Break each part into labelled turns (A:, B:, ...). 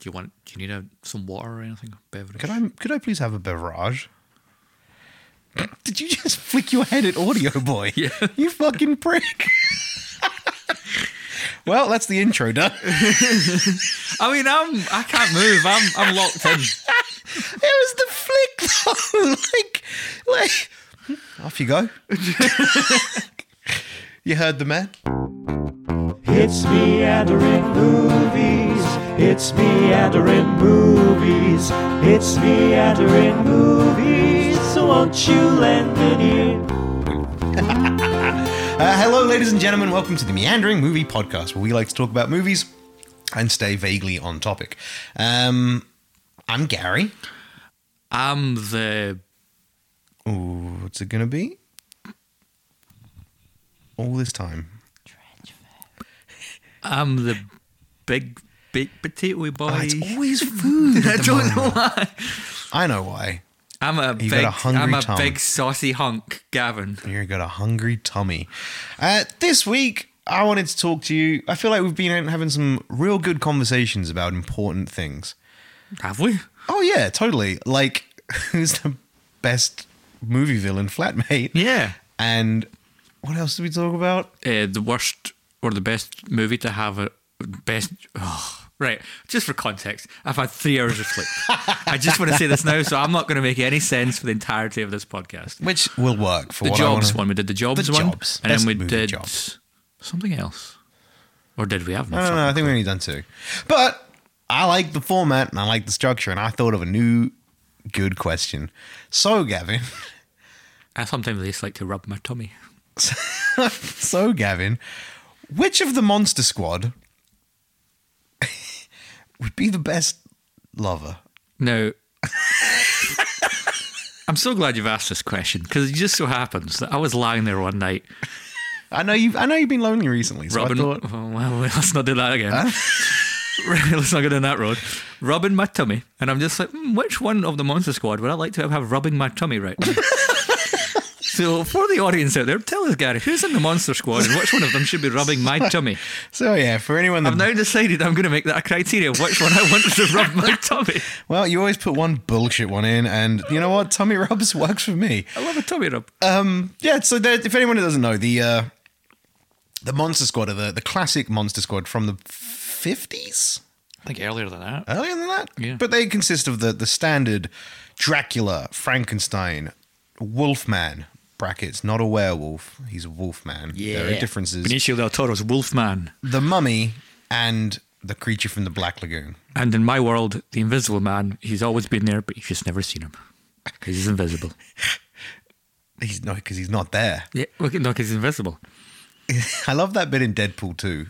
A: Do you want? Do you need a, some water or anything? Beverage?
B: Could I could I please have a beverage? Did you just flick your head at Audio Boy?
A: Yeah.
B: You fucking prick. well, that's the intro done.
A: I mean, I'm. I can't move. I'm. I'm locked in.
B: It was the flick though. like, like off you go. you heard the man.
C: It's Meander in Movies. It's Meander in Movies. It's Meander in Movies. So won't you lend an ear?
B: Uh, hello, ladies and gentlemen. Welcome to the Meandering Movie Podcast, where we like to talk about movies and stay vaguely on topic. Um, I'm Gary.
A: I'm the.
B: Ooh, what's it gonna be? All this time.
A: I'm the big baked potato boy.
B: Ah, it's always food.
A: I
B: at the
A: don't know
B: moment.
A: why.
B: I know why.
A: I'm a
B: You got
A: big.
B: a hungry
A: I'm a
B: tongue.
A: big saucy hunk, Gavin.
B: You got a hungry tummy. Uh, this week, I wanted to talk to you. I feel like we've been having some real good conversations about important things.
A: Have we?
B: Oh yeah, totally. Like, who's the best movie villain, flatmate?
A: Yeah.
B: And what else did we talk about?
A: Uh, the worst or the best movie to have a best. Oh, right. Just for context, I've had three hours of sleep. I just want to say this now, so I'm not going to make any sense for the entirety of this podcast.
B: Which will work for
A: The
B: what I
A: jobs
B: wanna-
A: one. We did the jobs
B: The
A: one,
B: Jobs.
A: and then
B: Best
A: we
B: movie,
A: did
B: Jobs.
A: something else. Or did we have? No,
B: I don't know. Uh, I think we only done two. But I like the format and I like the structure, and I thought of a new good question. So, Gavin,
A: I sometimes just like to rub my tummy.
B: so Gavin, which of the Monster Squad would be the best lover?
A: Now, I'm so glad you've asked this question because it just so happens that I was lying there one night
B: I know you've I know you've been lonely recently, so
A: rubbing.
B: I thought
A: oh, well, let's not do that again. let's not go down that road. Rubbing my tummy, and I'm just like, hmm, which one of the Monster Squad would I like to have rubbing my tummy right now? so, for the audience out there, tell us, Gary, who's in the Monster Squad, and which one of them should be rubbing my tummy?
B: so. Yeah, for anyone that
A: I've now decided I'm going to make that a criteria of which one I want to rub my tummy.
B: well, you always put one bullshit one in, and you know what? Tummy rubs works for me.
A: I love a tummy rub.
B: Yeah, so there, if anyone doesn't know, the uh, the Monster Squad are the, the classic Monster Squad from the 50s?
A: I think earlier than that.
B: Earlier than that?
A: Yeah.
B: But they consist of the, the standard Dracula, Frankenstein, Wolfman, brackets, not a werewolf. He's a wolfman. There are differences.
A: Benicio del Toro's Wolfman.
B: the mummy and the creature from the Black Lagoon.
A: And in my world, the Invisible Man, he's always been there, but you've just never seen him. Because he's invisible.
B: He's no, because he's not there.
A: Yeah, well, no, because he's invisible.
B: I love that bit in Deadpool too.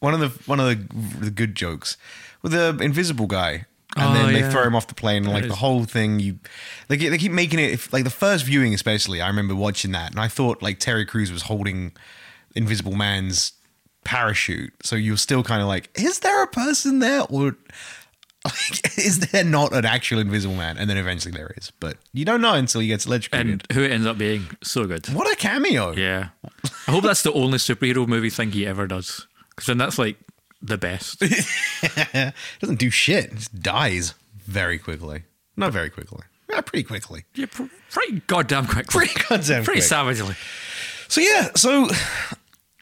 B: One of the one of the, the good jokes with the invisible guy, and
A: Oh,
B: then they
A: yeah.
B: throw him off the plane. And, like
A: is-
B: the whole thing, you they keep, they keep making it. If, like the first viewing, especially, I remember watching that, and I thought like Terry Crews was holding Invisible Man's parachute. So you're still kind of like, is there a person there, or like, is there not an actual Invisible Man? And then eventually there is, but you don't know until he gets electrocuted.
A: And who it ends up being, so good.
B: what a cameo!
A: Yeah. I hope that's the only superhero movie thing he ever does. Because then that's like the best.
B: doesn't do shit. It just dies very quickly. Not very quickly. Yeah, pretty quickly.
A: yeah, pr- pretty goddamn quick.
B: Pretty goddamn
A: Pretty
B: quick.
A: savagely.
B: So yeah, so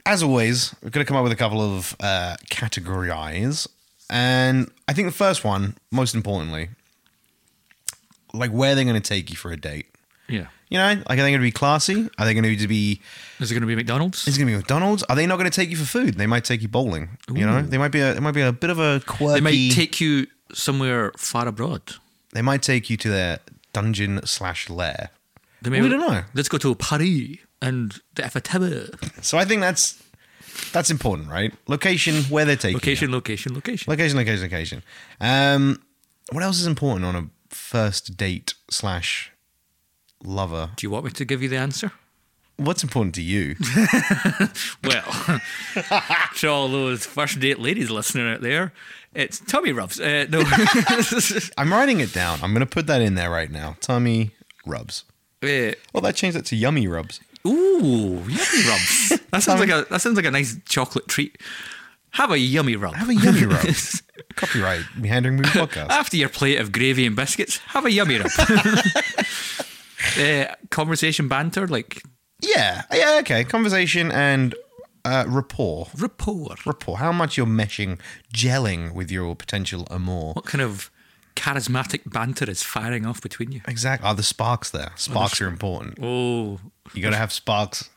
B: as always, we're gonna come up with a couple of uh, categorize, and I think the first one, most importantly, like where they're gonna take you for a date.
A: Yeah.
B: You know, like are they gonna be classy? Are they gonna be?
A: Is it going to be McDonald's?
B: Is it gonna be McDonald's? Are they not gonna take you for food? They might take you bowling. You know, they might be a. It might be a bit of a quirky.
A: they might take you somewhere far abroad.
B: they might take you to their dungeon slash lair.
A: They
B: We don't know.
A: Let's go to Paris and the Eiffel Tower.
B: So I think that's that's important, right? Location, where they're taking
A: Location,
B: you.
A: location, location.
B: location, location, location. Um, what else is important on a first date slash lover?
A: Do you want me to give you the answer?
B: What's important to you?
A: Well, to all those first date ladies listening out there, it's tummy rubs. Uh, no, Uh,
B: I'm writing it down. I'm gonna put that in there right now. Tummy rubs. Well, that changed that to yummy rubs.
A: ooh, yummy rubs. That sounds like a that sounds like a nice chocolate treat. Have a yummy rub.
B: Have a yummy rub. Copyright Meandering Moon podcast.
A: After your plate of gravy and biscuits, have a yummy rub. uh, conversation banter, like
B: Yeah. Yeah. Okay. Conversation and uh, rapport.
A: rapport.
B: Rapport. How much you're meshing, gelling with your potential amour.
A: What kind of charismatic banter is firing off between you?
B: Exactly. Are the sparks there? Sparks are important.
A: Oh,
B: You got to have sparks.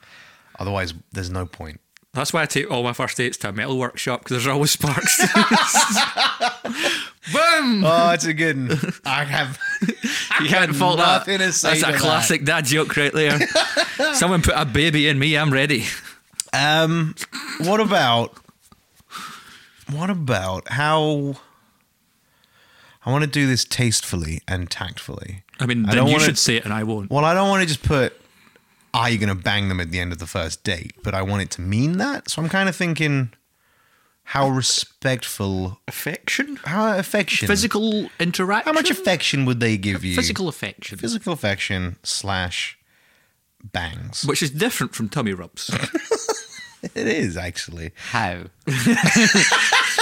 B: Otherwise, there's no point.
A: that's why I take all my first dates to a metal workshop because there's always sparks. Boom!
B: Oh, it's a good one. I have.
A: you can't fault that.
B: nothing to say
A: That's
B: to
A: a
B: that.
A: classic dad joke right there. Someone put a baby in me. I'm ready.
B: Um, what about what about how? I want to do this tastefully and tactfully.
A: I mean,
B: I
A: then
B: don't
A: you
B: wanna-
A: should say it, and I won't.
B: Well, I don't want to just put. Are you going to bang them at the end of the first date? But I want it to mean that. So I'm kind of thinking, how respectful,
A: Affection,
B: how affection,
A: physical interaction.
B: how much affection would they give you?
A: Physical affection,
B: physical affection slash bangs.
A: which is different from tummy rubs.
B: It is actually.
D: How?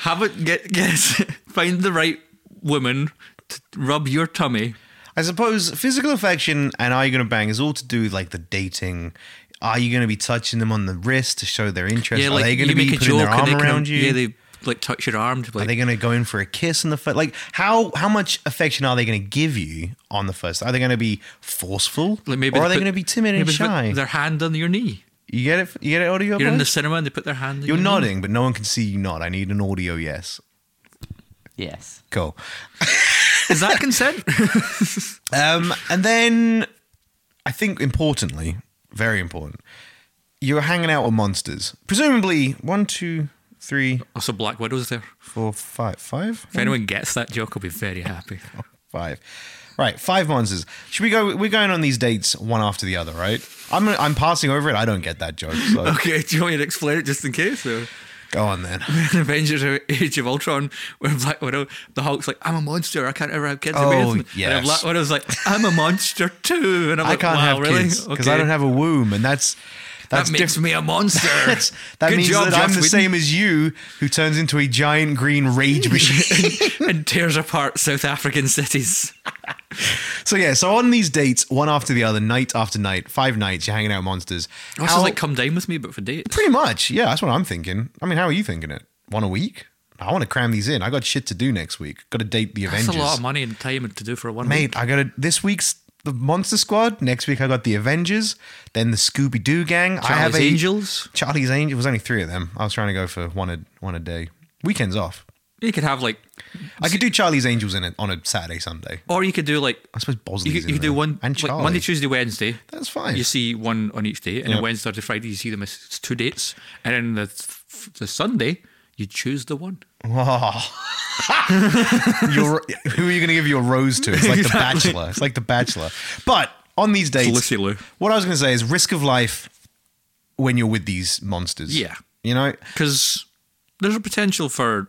A: Have it. Get guess. Find the right woman to rub your tummy.
B: I suppose physical affection and are you going to bang is all to do with like the dating. Are you going to be touching them on the wrist to show their interest? are they going
A: you
B: to be
A: make a
B: putting
A: joke
B: their
A: and
B: arm
A: they
B: around
A: kind of-
B: you?
A: Yeah, they like touch your arm. To,
B: are
A: like,
B: they going to go in for a kiss in the first? Like how how much affection are they going to give you on the first? Are they going to be forceful?
A: like maybe
B: or are they
A: put-
B: going to be timid and
A: maybe they put
B: shy?
A: Their hand on your knee.
B: You get it? You get it? Audio.
A: You're in the Mm-hmm.
B: boys?
A: cinema and they put their hand. On
B: You're
A: your knee.
B: nodding, but no one can see you nod. I need an audio. Yes.
D: Yes.
B: Cool.
A: Is that consent?
B: Um, and then I think importantly, very important, you're hanging out with monsters. Presumably one, two, three,
A: also, Black Widow's there.
B: four, five, five,
A: If anyone gets that joke, I'll be very happy.
B: five. Right, five monsters. Should we go? We're going on these dates one after the other, right? I'm I'm passing over it. I don't get that joke. So
A: Okay, do you want me to explain it just in case? Or?
B: go on then.
A: in Avengers Age of Ultron, where Black Widow, the Hulk's like, I'm a monster, I can't ever have kids.
B: Oh,
A: Oh,
B: yes.
A: And Black Widow's like, I'm a monster too. And I'm
B: I
A: like,
B: can't
A: wow,
B: have
A: really?
B: kids because I don't have a womb, and that's
A: That
B: that's
A: makes
B: different.
A: me a monster.
B: That
A: Good
B: means
A: job,
B: that I'm
A: Joss
B: the
A: Whedon.
B: same as you, who turns into a giant green rage machine.
A: and tears apart South African cities.
B: So yeah, so on these dates, one after the other, night after night, five nights, you're hanging out with monsters.
A: Also,
B: How-
A: Oh, like, come down with me, but for dates.
B: pretty much, yeah, that's what I'm thinking. I mean, how are you thinking it? One a week? I want to cram these in. I got shit to do next week. Got to date the
A: That's
B: Avengers.
A: a lot of money and time to do for a one week.
B: Mate, I got to this week's the Monster Squad. Next week I got the Avengers, then the Scooby Doo gang. I have
A: Charlie's
B: a
A: Angels.
B: Charlie's Angels. It was only three of them. I was trying to go for one a one a day. Weekends off.
A: You could have like,
B: I could do Charlie's Angels in it on a Saturday, Sunday.
A: or you could do like,
B: I suppose Bosley's
A: you could,
B: in
A: you could do
B: there.
A: one
B: and
A: like,
B: Charlie.
A: Monday, Tuesday, Wednesday.
B: That's fine.
A: You see one on each day, and
B: Yeah.
A: then Wednesday, Thursday, Friday, you see them as two dates, and then the th- the Sunday, you choose the one.
B: Oh. your, who are you going to give your rose to? It's like The Bachelor. It's like The Bachelor. But on these dates,
A: Lucy Liu.
B: what I was going to say is risk of life when you're with these monsters.
A: Yeah.
B: You know,
A: because there's a potential for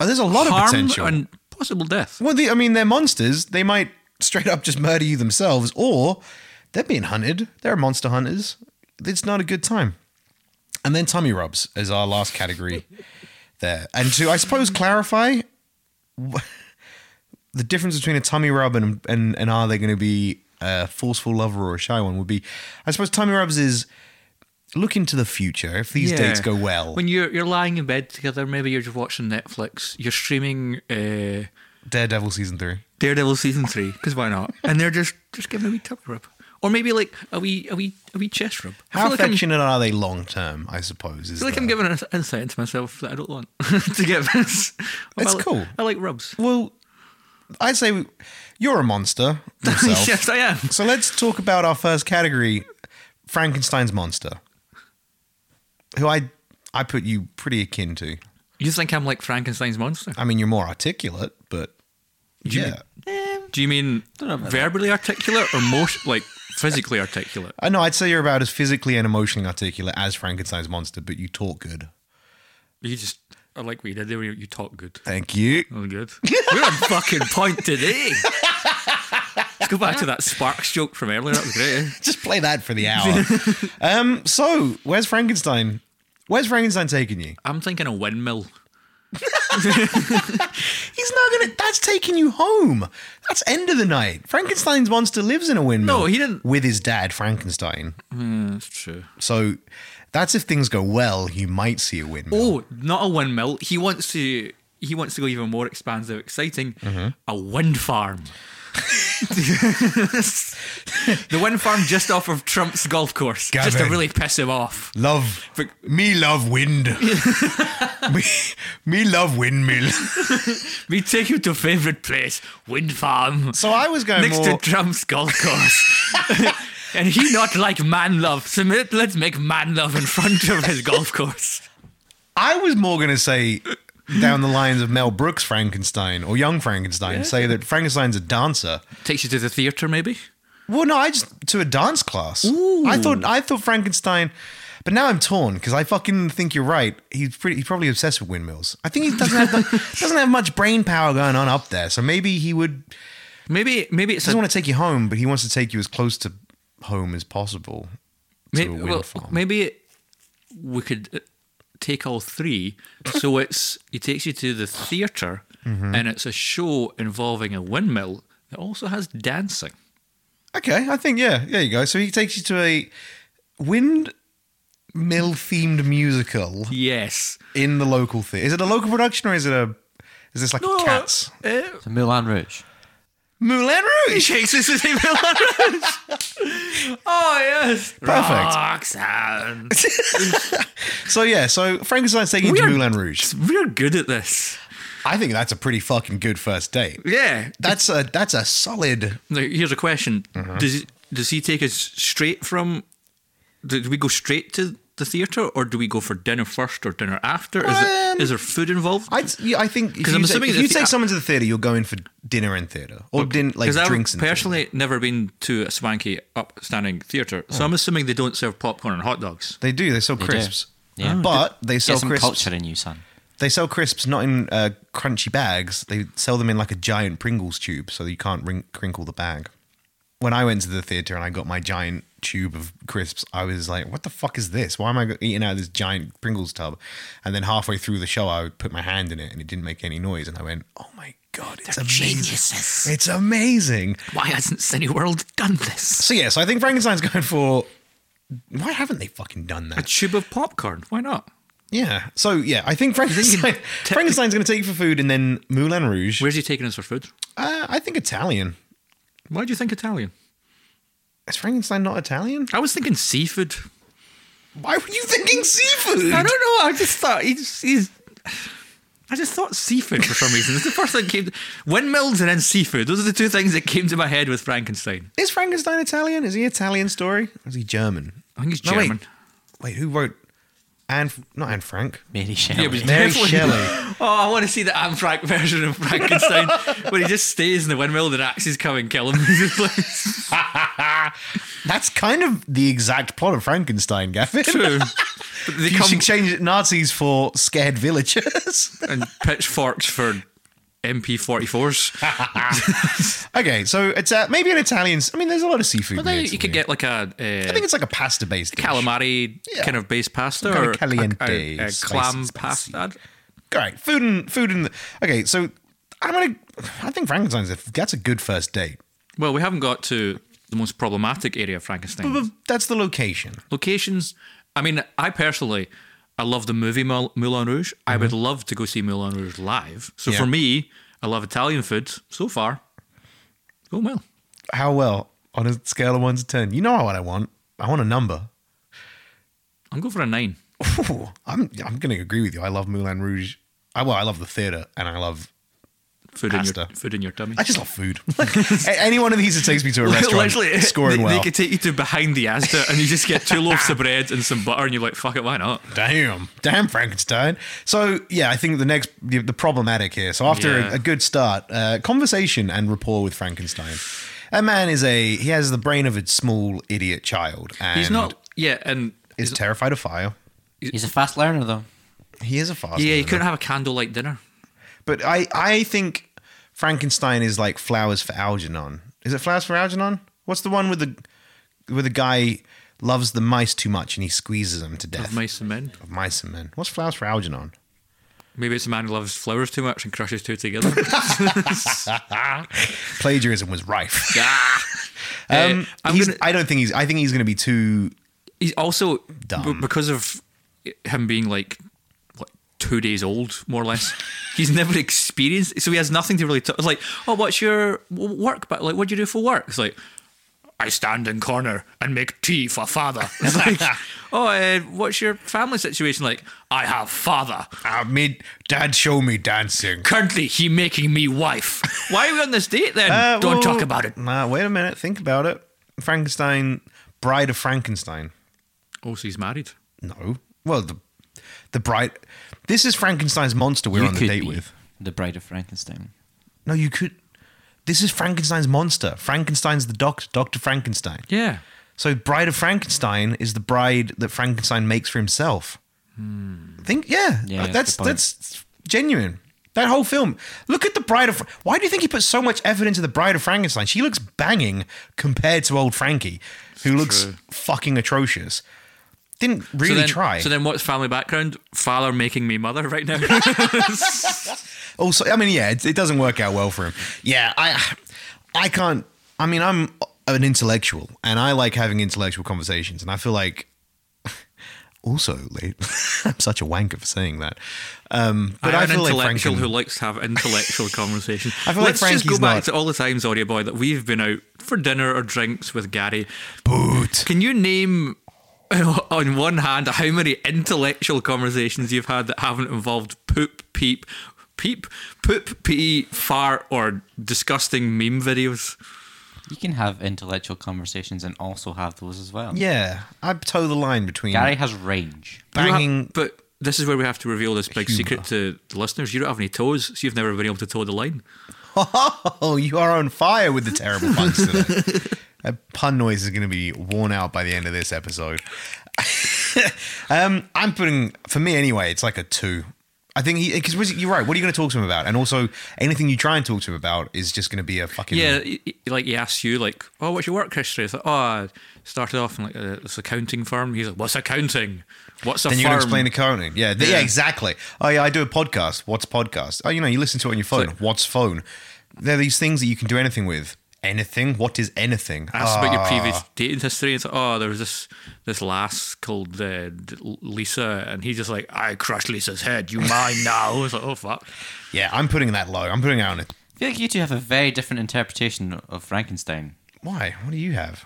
B: Oh, there's a lot of
A: harm
B: potential.
A: and possible death.
B: well, the, I mean, they're monsters. They might straight up just murder you themselves, or they're being hunted. They're monster hunters. It's not a good time. And then tummy rubs is our last category there. And to, I suppose, clarify wh- the difference between a tummy rub and and, and are they going to be a forceful lover or a shy one would be, I suppose, tummy rubs is look into the future if these dates go well.
A: When you're you're lying in bed together, maybe you're just watching Netflix. You're streaming uh,
B: Daredevil season three.
A: Daredevil season three because why not? And they're just just giving a wee tummy rub, or maybe like a wee a wee a wee chest rub. I
B: How
A: feel like I'm,
B: affectionate are they long term? I suppose. Is
A: I feel like
B: the-
A: I'm giving an insight into myself that I don't want to give. It's
B: It's cool.
A: I like rubs.
B: Well, I'd say we- you're a monster yourself.
A: yes, I am.
B: So let's talk about our first category, Frankenstein's monster, who I I put you pretty akin to.
A: You think I'm like Frankenstein's monster?
B: I mean, you're more articulate, but
A: Do you
B: yeah,
A: mean- Do you mean verbally articulate or most like physically articulate?
B: I know. I'd say you're about as physically and emotionally articulate as Frankenstein's monster, but you talk good.
A: You just I like what you did there. You you talk good.
B: Thank you.
A: Oh, good. We're on fucking point today. Let's go back to that Sparks joke from earlier. That was great. eh?
B: Just play that for the hour. um, so where's Frankenstein? Where's Frankenstein taking you?
A: I'm thinking a windmill.
B: He's not gonna. That's taking you home. That's end of the night. Frankenstein's monster lives in a windmill.
A: No, he didn't-
B: With his dad, Frankenstein.
A: That's true.
B: So that's if things go well, you might see a windmill.
A: Oh, not a windmill. He wants to. He wants to go even more expansive, exciting. A wind farm. the wind farm just off of Trump's golf course, just to
B: Gavin.
A: really piss him off.
B: Love me, love wind. me, me love windmill.
A: We take you to favorite place, wind farm,
B: So I was going
A: next
B: more.
A: to Trump's golf course. and he not like man love, so ma- let's make man love in front of his golf course.
B: I was more going to say down the lines of Mel Brooks Frankenstein or Young Frankenstein, say that Frankenstein's a dancer.
A: Takes you to the theater, maybe.
B: Well, no, I just to a dance class. I thought I thought Frankenstein, but now I'm torn because I fucking think you're right. He's pretty. He's probably obsessed with windmills. I think he doesn't have the- doesn't have much brain power going on up there. So maybe he would
A: Maybe, maybe it's a,
B: doesn't want to take you home, but he wants to take you as close to home as possible. To
A: May-
B: a wind
A: well,
B: farm.
A: maybe we could uh, take all three. so it's he takes you to the theater,
B: Mm-hmm.
A: and it's a show involving a windmill that also has dancing.
B: Okay, I think yeah, there you go. So he takes you to a windmill themed musical
A: Yes.
B: in the local theater. Is it a local production or is it a is this like Cats?
A: Uh,
D: So Moulin Rouge.
B: Moulin Rouge.
A: Shakes us as Emil Lawrence. Oh yes,
B: Perfect.
A: Roxanne.
B: So yeah, so Frankenstein's taking
A: We
B: you to
A: are-
B: Moulin Rouge.
A: We're good at this.
B: I think that's a pretty fucking good first date.
A: Yeah.
B: That's a that's a solid.
A: Now, here's a question: Does does he take us straight from? Do we go straight to the theater, or do we go for dinner first or dinner after? Is
B: Um,
A: it is there food involved?
B: I yeah, I think if
A: 'Cause
B: you,
A: I'm
B: take,
A: assuming
B: if
A: the
B: you
A: thea-
B: take someone to the theater, you're going for dinner and theater or din- like
A: I've
B: drinks. and
A: personally never been to a swanky, upstanding theater, so I'm assuming they don't serve popcorn and hot dogs.
B: theater. they do. They sell crisps.
D: do. Yeah.
B: but they
D: Get
B: sell
D: some
B: crisps.
D: culture in you, son.
B: They sell crisps not in uh, crunchy bags. They sell them in like a giant Pringles tube, so that you can't wrin- crinkle the bag. When I went to the theater and I got my giant tube of crisps, I was like, "What the fuck is this? Why am I go- eating out of this giant Pringles tub?" And then halfway through the show, I would put my hand in it, and it didn't make any noise. And I went, "Oh my god, it's amazing!
A: Geniuses.
B: It's amazing!"
A: Why hasn't Cineworld done this?
B: So yeah, so I think Frankenstein's going for. Why haven't they fucking done that?
A: A tube of popcorn. Why not?
B: Yeah. So yeah, I think Frankenstein,
A: te-
B: Frankenstein's going to take you for food, and then Moulin Rouge.
A: Where's he taking us for food?
B: Uh, I think Italian.
A: Why do you think Italian?
B: Is Frankenstein not Italian?
A: I was thinking seafood.
B: Why were you thinking seafood?
A: I don't know. I just thought he's. he's I just thought seafood for some reason. It's the first thing that came. Windmills and then seafood. Those are the two things that came to my head with Frankenstein.
B: Is Frankenstein Italian? Is he Italian story? Or is he German?
A: I think he's
B: No, wait.
A: German.
B: Wait, who wrote Anne? Not Anne Frank.
D: Mary Shelley.
A: Yeah, but-
B: Mary
A: Definitely.
B: Shelley.
A: Oh, I want to see the Anne Frank version of Frankenstein where he just stays in the windmill and an axe is coming, kill him.
B: That's kind of the exact plot of Frankenstein, Gavin.
A: True. But They
B: You
A: come
B: should change it Nazis for scared villagers.
A: and pitchforks for MP44s.
B: okay, so it's uh, maybe an Italian. I mean, there's a lot of seafood.
A: But
B: in
A: then
B: Italy.
A: you could get like a,
B: I
A: uh,
B: think it's like a pasta based
A: calamari
B: Yeah.
A: kind of base pasta
B: kind of
A: or a-
B: caliente,
A: a, a
B: spicy,
A: clam
B: spicy.
A: pasta. I'd-
B: All right, food and food and okay. So I'm gonna. I think Frankenstein's a, that's a good first date.
A: Well, we haven't got to the most problematic area of Frankenstein.
B: But that's the location.
A: Locations. I mean, I personally, I love the movie Moul- Moulin Rouge. I would love to go see Moulin Rouge live. So
B: Mm-hmm. Yeah.
A: for me, I love Italian food so far. Going well.
B: How well on a scale of one to ten? You know what I want. I want a number.
A: I'm going for a nine.
B: Ooh, I'm I'm gonna agree with you. I love Moulin Rouge. I well, I love the theater, and I love.
A: Food in
B: Pasta.
A: your food in your tummy.
B: I just love food. A- Any one of these that takes me to a restaurant,
A: they,
B: scoring well.
A: they could take you to behind the Asda and you just get two loaves of bread and some butter and you're like, fuck it, why not?
B: Damn, damn Frankenstein. So yeah, I think the next the, the problematic here. So after
A: Yeah.
B: a, a good start, uh, conversation and rapport with Frankenstein. That man is a he has the brain of a small idiot child, and
A: He's not. Yeah, and
B: is terrified of fire.
D: He's a fast learner, though.
B: He is a fast.
A: yeah, you
B: learner.
A: couldn't have a candlelight dinner.
B: But I I think Frankenstein is like flowers for Algernon. Is it flowers for Algernon? What's the one with the with the guy loves the mice too much and he squeezes them to death.
A: Of mice and men.
B: Of mice and men. What's flowers for Algernon?
A: Maybe it's a man who loves flowers too much and crushes two together.
B: Plagiarism was rife.
A: Ah!
B: Um,
A: Uh, I'm
B: he's-
A: gonna-
B: I don't think he's. I think he's going to be too.
A: He's also
B: Dumb.
A: b- because of him being like what two days old, more or less. he's never experienced, so he has nothing to really. T- it's like, oh, what's your w- work? But like, what do you do for work? It's like, I stand in corner and make tea for father. It's like, oh, uh, what's your family situation like? I have father.
B: I mean, uh, Dad, show me dancing.
A: Currently, he making me wife. Why are we on this date then?
B: Uh,
A: Don't
B: well,
A: talk about it.
B: Nah, wait a minute. Think about it. Frankenstein, Bride of Frankenstein.
A: Oh, so he's married.
B: No. Well, the the bride. This is Frankenstein's monster we're
D: You
B: on the
D: could
B: date
D: be
B: with.
D: the Bride of Frankenstein.
B: No, you could. This is Frankenstein's monster. Frankenstein's the doctor, Doctor Frankenstein.
A: Yeah.
B: So, Bride of Frankenstein is the bride that Frankenstein makes for himself. Think, yeah,
D: Hmm. Yeah,
B: that's
D: that's a good point.
B: that's genuine. That whole film. Look at the Bride of. Why do you think he put so much effort into the Bride of Frankenstein? She looks banging compared to old Frankie, who looks
A: true.
B: fucking atrocious. Didn't really
A: so then,
B: try.
A: So then, what's family background? Father making me mother right now.
B: also i mean yeah it, it doesn't work out well for him yeah i i can't i mean i'm an intellectual and i like having intellectual conversations and i feel like also late i'm such a wanker for saying that um but i,
A: I'm an
B: feel like
A: intellectual
B: Franken-
A: who likes to have intellectual conversation.
B: I feel
A: Let's
B: like
A: just go
B: Frankie's
A: back
B: not-
A: to all the times, Audio Boy, that we've been out for dinner or drinks with Gary.
B: boot
A: Can you name, on one hand, how many intellectual conversations you've had that haven't involved poop, peep, peep, poop, pee, fart, or disgusting meme videos?
D: You can have intellectual conversations and also have those as well.
B: yeah i toe the line between
D: Gary has range.
A: You don't have-
B: banging
A: but this is where we have to reveal this big
B: Humour.
A: secret to the listeners. You don't have any toes, so you've never been able to toe the line.
B: oh you are on fire with the terrible puns today that pun noise is going to be worn out by the end of this episode Um, I'm putting for me anyway. It's like a two. I think he because you're right. What are you going to talk to him about? And also, anything you try and talk to him about is just going to be a fucking
A: Yeah, he- he- like he asks you, like, oh, what's your work history? It's like, oh, I started off in like a, this accounting firm. He's like, what's accounting? What's a
B: Then
A: firm?
B: you're going to explain accounting. Yeah, th- yeah,
A: Yeah.
B: exactly. Oh yeah, I do a podcast. What's podcast? Oh, you know, you listen to it on your phone.
A: like-
B: What's phone? There are these things that you can do anything with. Anything? What is anything?
A: Asks about your
B: Ah.
A: previous dating history. It's like, oh, there was this this lass called uh, D- Lisa, and he's just like, I crushed Lisa's head. You mine now. It's like, oh fuck.
B: Yeah, I'm putting that low. I'm putting it on it.
D: I feel like you two have a very different interpretation of Frankenstein.
B: Why? What do you have?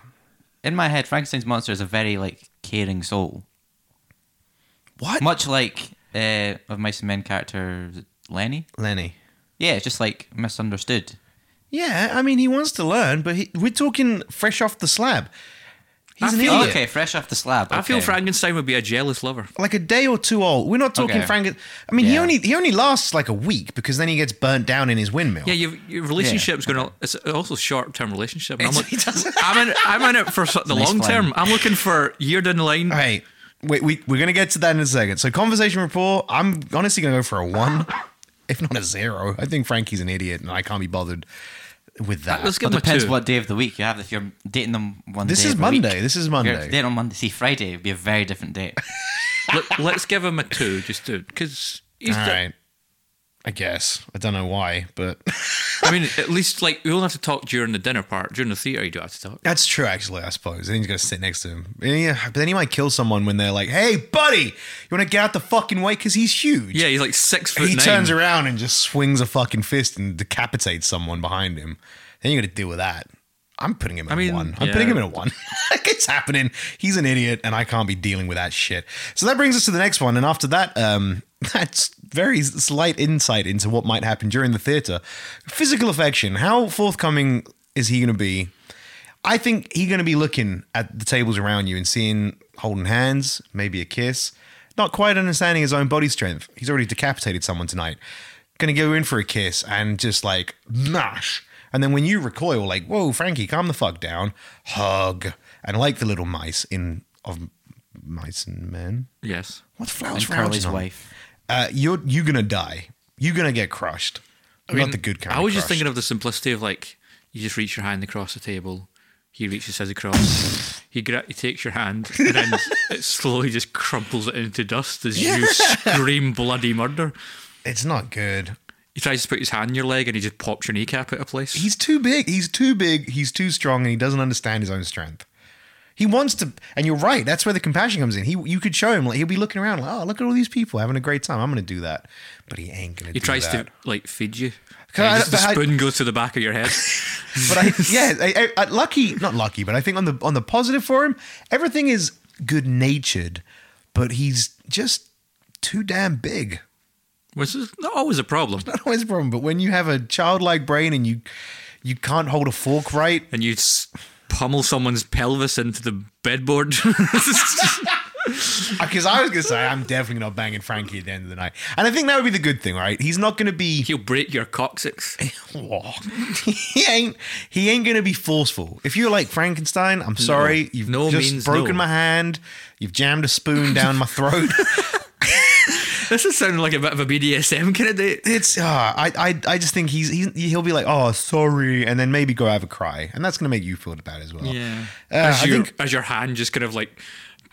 D: In my head, Frankenstein's monster is a very like caring soul,
B: What?
D: much like uh, of Mice and Men character is it Lenny.
B: Lenny.
D: Yeah, it's just like misunderstood.
B: Yeah, I mean, he wants to learn, but he, we're talking fresh off the slab. He's
A: I
B: an
A: feel
B: idiot.
D: Oh, Okay, fresh off the slab.
A: I feel
D: okay.
A: Frankenstein would be a jealous lover.
B: like a day or two old. We're not talking
D: Okay.
B: Frank. I mean, he
D: Yeah.
B: only he only lasts like a week because then he gets burnt down in his windmill.
A: Yeah, your, your relationship's going to. It's also short term relationship. And I'm,
B: It's-
A: like,
B: it doesn't-
A: I'm in. I'm in it for so- the
D: Nice
A: long
D: plan.
A: term. I'm looking for year down the line.
B: Hey, wait, we we're gonna get to that in a second. So conversation report. I'm honestly gonna go for a one, if not a zero. I think Frankie's an idiot, and I can't be bothered with that.
A: Let's give
D: Well,
A: him a
D: depends
A: two.
D: what day of the week you have. If you're dating them one
B: This
D: day
B: is
D: of the week.
B: Monday. This is
D: If You're
B: Monday.
D: dating on Monday. See, Friday would be a very different date.
A: Let, let's give him a two, just to because he's.
B: All
A: the-
B: right. I guess I don't know why, but
A: I mean, at least like we don't have to talk during the dinner part. During the theater, you don't have to talk.
B: that's true. Actually, I suppose. Then he's gonna sit next to him. Yeah, but then he might kill someone when they're like, "Hey, buddy, you want to get out the fucking way?" Because he's huge.
A: Yeah, he's like six foot.
B: he
A: nine.
B: turns around and just swings a fucking fist and decapitates someone behind him. Then you got to deal with that. I'm putting him in a
A: mean,
B: one. I'm
A: yeah.
B: putting him in a one. like it's happening. He's an idiot, and I can't be dealing with that shit. So that brings us to the next one. And after that, um, that's very slight insight into what might happen during the theater. Physical affection. How forthcoming is he going to be? I think he's going to be looking at the tables around you and seeing holding hands, maybe a kiss, not quite understanding his own body strength. He's already decapitated someone tonight. Going to go in for a kiss and just like mash. And then when you recoil, like, whoa, Frankie, calm the fuck down, hug. And like the little mice in of mice and men.
A: Yes.
B: What's flowers
D: and
B: for
D: Carly's
B: Algernon?
D: wife.
B: Uh, you're you're gonna die. You're gonna get crushed. not the good kind.
A: I was just thinking of the simplicity of like you just reach your hand across the table. He reaches his across. He gra- he takes your hand and then it slowly just crumples it into dust as you scream bloody murder.
B: It's not good.
A: He tries to put his hand in your leg and he just pops your kneecap out of place.
B: He's too big. He's too big. He's too strong, and he doesn't understand his own strength. He wants to, and you're right. That's where the compassion comes in. He, you could show him. Like he'll be looking around, like, oh, look at all these people having a great time. I'm going to do that, but he ain't going to.
A: he tries
B: that.
A: to like feed you.
B: Can I-
A: And just the
B: but I-
A: spoon goes to the back of your head.
B: But I, yeah, I, I, I- lucky, not lucky, but I think on the on the positive for him, everything is good natured, but he's just too damn big.
A: Which is not always a problem.
B: Not always a problem, but when you have a childlike brain and you you can't hold a fork right,
A: And you s- pummel someone's pelvis into the bedboard.
B: because I was going to say I'm definitely not banging Frankie at the end of the night, and I think that would be the good thing, right? He's not going to be.
A: He'll break your coccyx.
B: Aw. he ain't he ain't gonna be forceful. If you're like Frankenstein, I'm sorry, you've
A: No
B: just
A: means
B: broken
A: no.
B: my hand, you've jammed a spoon down my throat.
A: This is sounding like a bit of a BDSM kind of date.
B: It's ah, I, I I just think he's, he's he'll be like, oh sorry, and then maybe go have a cry, and that's gonna make you feel bad as well. Uh,
A: as,
B: I
A: your,
B: think
A: as your hand just kind of like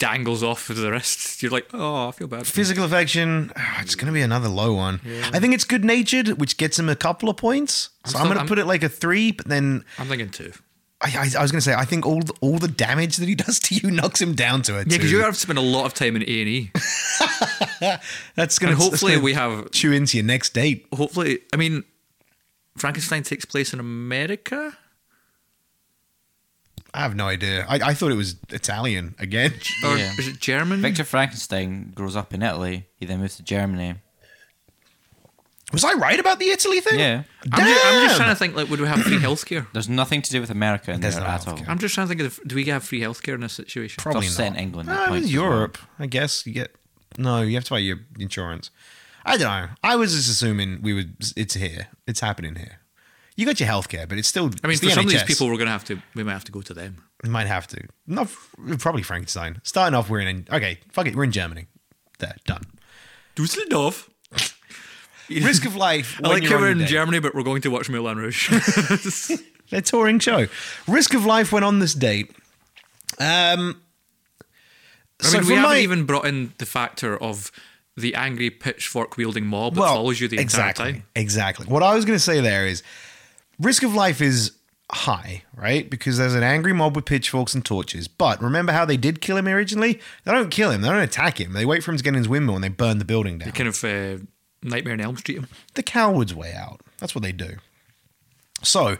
A: dangles off of the wrist, you're like, oh, I feel bad. for you."
B: physical affection, ah, it's gonna be another low one. I think it's good natured, which gets him a couple of points. so I'm
A: still-
B: gonna
A: I'm-
B: put it like a three, but then
A: I'm thinking two.
B: I, I, I was gonna say I think all the, all the damage that he does to you knocks him down to it.
A: Yeah, because you have spent a lot of time in A and E,
B: That's gonna
A: and
B: that's
A: hopefully
B: gonna-
A: we have.
B: chew into your next date.
A: Hopefully, I mean, Frankenstein takes place in America.
B: I have no idea. I, I thought it was Italian again.
A: Or
D: Yeah.
A: is it German?
D: Victor Frankenstein grows up in Italy. He then moves to Germany.
B: Was I right about the Italy thing?
D: Yeah.
A: I'm, just, I'm just
B: Damn!
A: trying to think. Like, would we have free healthcare?
D: There's nothing to do with America in there
B: There's no
D: at all.
B: healthcare.
A: I'm just trying to think. Of, do we have free healthcare in this situation?
D: It's
B: Probably
D: offset
B: not.
D: England. that
B: Ah, it
D: point
B: was
D: as well.
B: Europe. I guess you get no. You have to buy your insurance. I don't know. I was just assuming we would. It's here. It's happening here. You got your healthcare, but it's still.
A: I mean,
B: it's
A: for
B: the
A: some of these
B: NHS.
A: people, we're going to have to. We might have to go to them.
B: You might have to. Not probably Frankenstein. Starting off, we're in. Okay, fuck it. We're in Germany. There, done.
A: Dusseldorf.
B: Risk of life.
A: I
B: when
A: like
B: you're
A: how
B: on
A: we're
B: your
A: in
B: date.
A: Germany, but we're going to watch Moulin Rouge.
B: Their touring show. Risk of life went on this date. Um,
A: I
B: so
A: mean,
B: for
A: we haven't
B: my-
A: even brought in the factor of the angry pitchfork wielding mob that follows you the entire
B: exactly,
A: time.
B: Exactly. What I was going to say there is risk of life is high, right? Because there's an angry mob with pitchforks and torches. But remember how they did kill him originally? They don't kill him. They don't attack him. They wait for him to get in his windmill and they burn the building down.
A: Kind of uh, Nightmare in Elm Street.
B: The coward's way out. That's what they do. So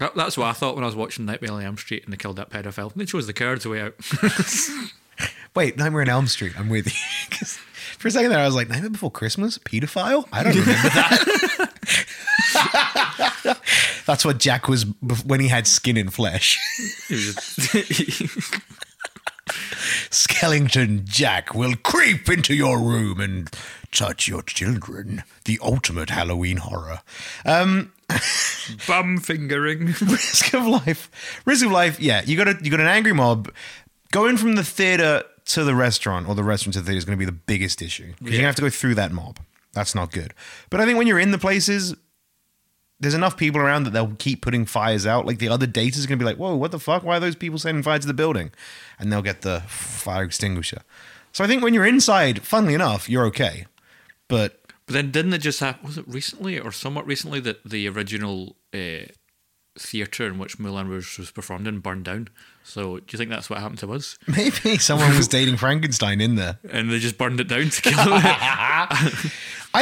A: That- that's what I thought when I was watching Nightmare on Elm Street and they killed that pedophile. They chose the coward's way out.
B: Wait, Nightmare on Elm Street. I'm with you. 'Cause for a second there, I was like, Nightmare Before Christmas? Pedophile? I don't remember that. That's what Jack was bef- when he had skin and flesh.
A: It was just-
B: Skellington Jack will creep into your room and touch your children. The ultimate Halloween horror.
A: bum fingering.
B: risk of life risk of life yeah you got a you got an angry mob going from the theater to the restaurant or the restaurant to the theater is going to be the biggest issue 'Cause you're going to have to go through that mob that's not good but i think when you're in the places there's enough people around that they'll keep putting fires out like the other data is going to be like whoa what the fuck why are those people sending fire to the building and they'll get the fire extinguisher so i think when you're inside funnily enough you're okay but
A: But then didn't it just happen? Was it recently or somewhat recently that the original uh, theatre in which Moulin Rouge was performed in burned down? So do you think that's what happened to us?
B: maybe someone was dating frankenstein in there
A: And they just burned it down to kill it.
B: I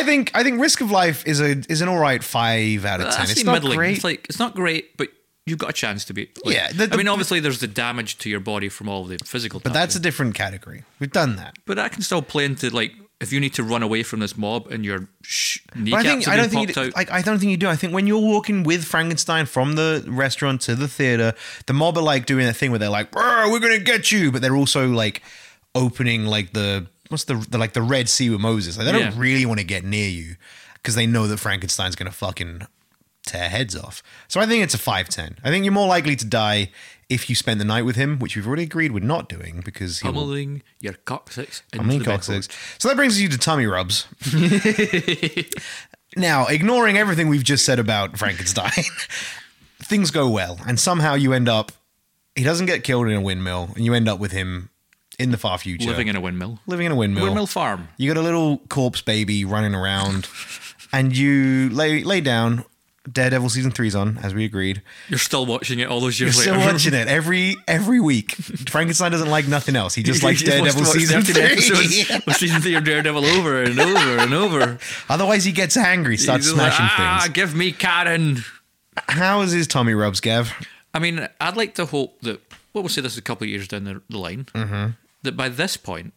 B: think I think Risk of Life is a is an all right five out of
A: Uh, That's
B: ten. It's
A: the
B: not
A: middling.
B: great.
A: It's like it's not great, but you've got a chance to be. Like,
B: Yeah, the-
A: I mean,
B: the-
A: obviously, there's the damage to your body from all the physical.
B: but that's a different category. We've done that.
A: But that can still play into like if you need to run away from this mob and your sh-
B: But I
A: kneecaps
B: think
A: have
B: I don't
A: been
B: think you
A: popped
B: do,
A: out.
B: like I don't think you do. I think when you're walking with Frankenstein from the restaurant to the theater, the mob are like doing that thing where they're like, "Rah, "We're gonna get you," but they're also like opening like the what's the, the like the Red Sea with Moses. Like they don't
A: Yeah.
B: really want to get near you because they know that Frankenstein's gonna fucking tear heads off. So I think it's a five ten. I think you're more likely to die if you spend the night with him, which we've already agreed we're not doing because he'll
A: pummeling your coccyx into
B: I mean,
A: the
B: coccyx.
A: bedboard.
B: So that brings you to tummy rubs. now, ignoring everything we've just said about Frankenstein, things go well, and somehow you end up He doesn't get killed in a windmill, and you end up with him in the far future,
A: Living in a windmill.
B: living in a windmill.
A: Windmill farm.
B: You got a little corpse baby running around, and you lay lay down. Daredevil season three's on, as we agreed.
A: You're still watching it all those years
B: You're still
A: later.
B: watching it every every week. Frankenstein doesn't like nothing else. He just likes
A: He just wants to
B: Daredevil
A: watch
B: season
A: 13
B: three.
A: episodes of season three of Daredevil over and over and over.
B: Otherwise, he gets angry, starts
A: He's like,
B: smashing
A: ah,
B: things.
A: give me Karen.
B: How is his Tommy rubs, Gav?
A: I mean, I'd like to hope that, well, we'll say this is a couple of years down the, the line, that by this point,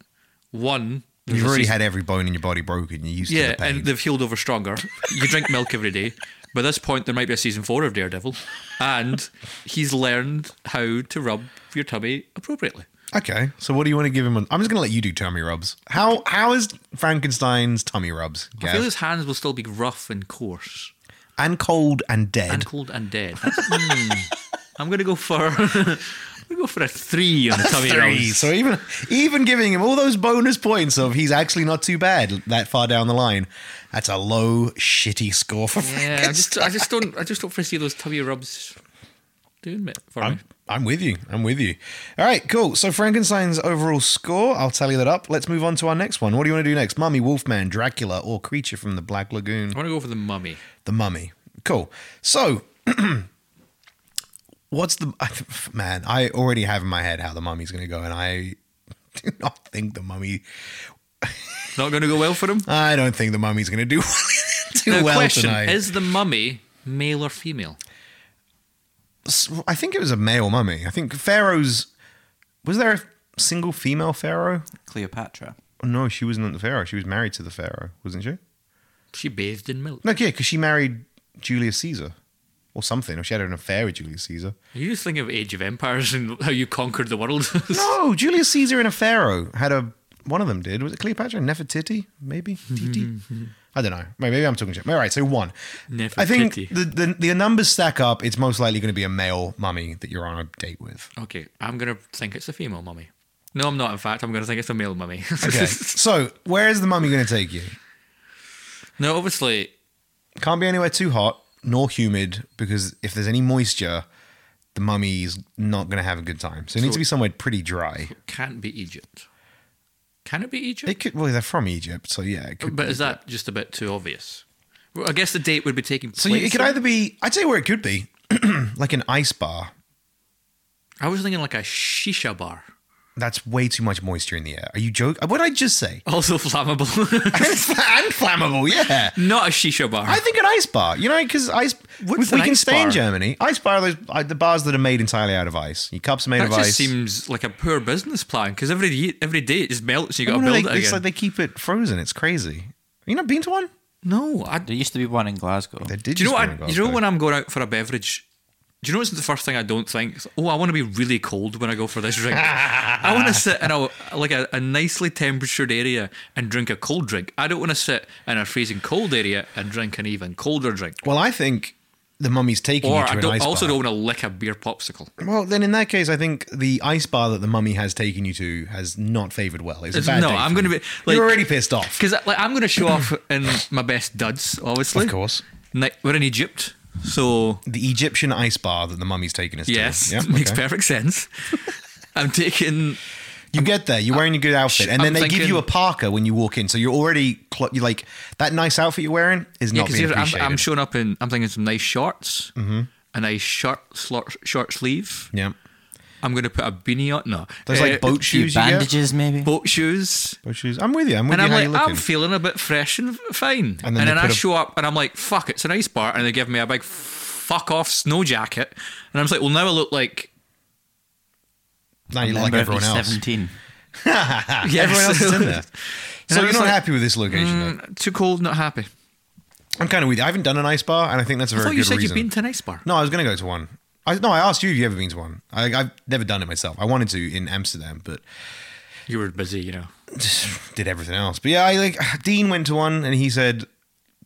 A: one,
B: Mm-hmm. You've already had every bone in your body broken. You're used to
A: yeah,
B: the pain.
A: and they've healed over stronger. You drink milk every day. By this point, there might be a season four of Daredevil, and he's learned how to rub your tummy appropriately.
B: okay, so what do you want to give him? On- I'm just going to let you do tummy rubs. How how is Frankenstein's tummy rubs,
A: I feel
B: Gav?
A: his hands will still be rough and coarse,
B: and cold and dead.
A: and cold and dead. That's, hmm. I'm gonna go for, I'm gonna go for a three on the tummy
B: three.
A: rubs.
B: So even even giving him all those bonus points of he's actually not too bad that far down the line, that's a low shitty score for
A: Yeah, I just,
B: Frankenstein.
A: I just don't, I just don't foresee those tummy rubs doing it for me.
B: I'm, I'm with you. I'm with you. All right, cool. So Frankenstein's overall score, I'll tally that up. Let's move on to our next one. What do you want to do next? Mummy, Wolfman, Dracula, or Creature from the Black Lagoon?
A: I want to go for the mummy.
B: The Mummy. Cool. So, what's the man? I already have in my head how the Mummy's going to go, and I do not think the Mummy.
A: Not going to go well for him.
B: I don't think the Mummy's going to do too
A: The
B: well
A: question
B: tonight.
A: is: the mummy male or female?
B: I think it was a male Mummy. I think Pharaoh's. Was there a single female Pharaoh?
D: Cleopatra.
B: No, she wasn't the Pharaoh. She was married to the Pharaoh, wasn't she?
A: She bathed in milk.
B: No, yeah, because she married Julius Caesar or something, or she had an affair with Julius Caesar.
A: You just think of Age of Empires and how you conquered the world.
B: No, Julius Caesar and a pharaoh had a one of them did. Was it Cleopatra? Nefertiti? Maybe? Titi? I don't know. May- Maybe I'm talking shit. All right, so one. I think
A: Nefertiti.
B: the, the the numbers stack up. It's most likely going to be a male mummy that you're on a date with.
A: Okay, I'm gonna think it's a female mummy. No, I'm not. In fact, I'm gonna think it's a male mummy.
B: Okay. so where is the mummy going to take you?
A: no, obviously,
B: Can't be anywhere too hot nor humid because if there's any moisture, the mummy's not going to have a good time. So it needs to be somewhere pretty dry.
A: it can't be Egypt. Can it be Egypt?
B: It could. Well, they're from Egypt, so yeah. It could
A: but is that just a bit too obvious? Well, I guess the date would be taking place.
B: So you, it could
A: in-
B: either be, I'd say where it could be, like an ice bar.
A: I was thinking like a shisha bar,
B: That's way too much moisture in the air. Are you joking? What did I just say?
A: also flammable.
B: and flammable, yeah.
A: not a shisha bar.
B: I think an ice bar, you know, because ice.
A: What's
B: we
A: an
B: can
A: ice
B: stay in
A: bar?
B: Germany. Ice bar are those uh, the bars that are made entirely out of ice. Your cups are made
A: that
B: of
A: just
B: ice.
A: seems like a poor business plan because every ye- every day it just melts. and You
B: Oh,
A: got to
B: no,
A: build it
B: they, it's
A: again.
B: like they keep it frozen. It's crazy. You not been to one?
A: no, I,
D: There used to be one in Glasgow.
B: They did.
A: Do you know what?
B: just bring
A: I,
B: it
A: you know
B: back.
A: when I'm going out for a beverage. Do you know it's the first thing I don't think? It's, Oh, I want to be really cold when I go for this drink. I want to sit in a like a, a nicely temperatured area and drink a cold drink. I don't want to sit in a freezing cold area and drink an even colder drink.
B: Well, I think the mummy's taking
A: Or
B: you to
A: I
B: an
A: don't,
B: ice
A: also
B: bar.
A: don't want to lick a beer popsicle.
B: Well, then in that case, I think the ice bar that the mummy has taken you to has not favoured well. It's a
A: It's-
B: bad
A: no,
B: day
A: I'm
B: for
A: gonna
B: you.
A: be- like-
B: You're already pissed off.
A: Because like I'm going to show off in my best duds, obviously.
B: Of course.
A: Ni- We're in Egypt, so
B: The Egyptian ice bar that the mummy's taken us
A: yes,
B: to. Yeah,
A: makes
B: okay.
A: perfect sense. I'm taking
B: You get there, you're wearing a good outfit, and then
A: I'm
B: they give
A: thinking-
B: you a parka when you walk in. So you're already cl- you're like that nice outfit you're wearing is
A: Yeah,
B: not being
A: because
B: appreciated. Mm-hmm.
A: I'm, I'm showing up in. I'm thinking some nice shorts, a nice short slor- short sleeve.
B: yeah,
A: I'm going to put a beanie on. No,
B: there's
A: Uh,
B: like boat
D: Few
B: shoes. You get.
D: bandages, maybe.
A: boat shoes,
B: Boat shoes. I'm with you. I'm with
A: and
B: you.
A: I'm
B: how
A: like,
B: you looking?
A: I'm feeling a bit fresh and fine.
B: And
A: And
B: then
A: then,
B: they
A: I
B: put a-
A: show up, and I'm like, fuck, it's an ice bar, and they give me a big fuck off snow jacket, and I'm just like, well, now I look like
B: now you look like
D: Remember,
B: everyone
D: he's
B: else.
D: 17.
A: Yes.
B: Ah, Everyone else is in there. So
A: I'm
B: you're
A: just
B: not
A: like, mm,
B: happy with this location. though.
A: too cold, not happy.
B: I'm kind of with you. I haven't done an ice bar, and I think that's a
A: I
B: very
A: thought
B: good
A: you said
B: reason.
A: you've been to an ice bar.
B: No, I was going to go to one. I, no, I asked you if you ever been to one. I, I've never done it myself. I wanted to in Amsterdam, but
A: You were busy, you know.
B: just did everything else. But yeah, I like Dean went to one and he said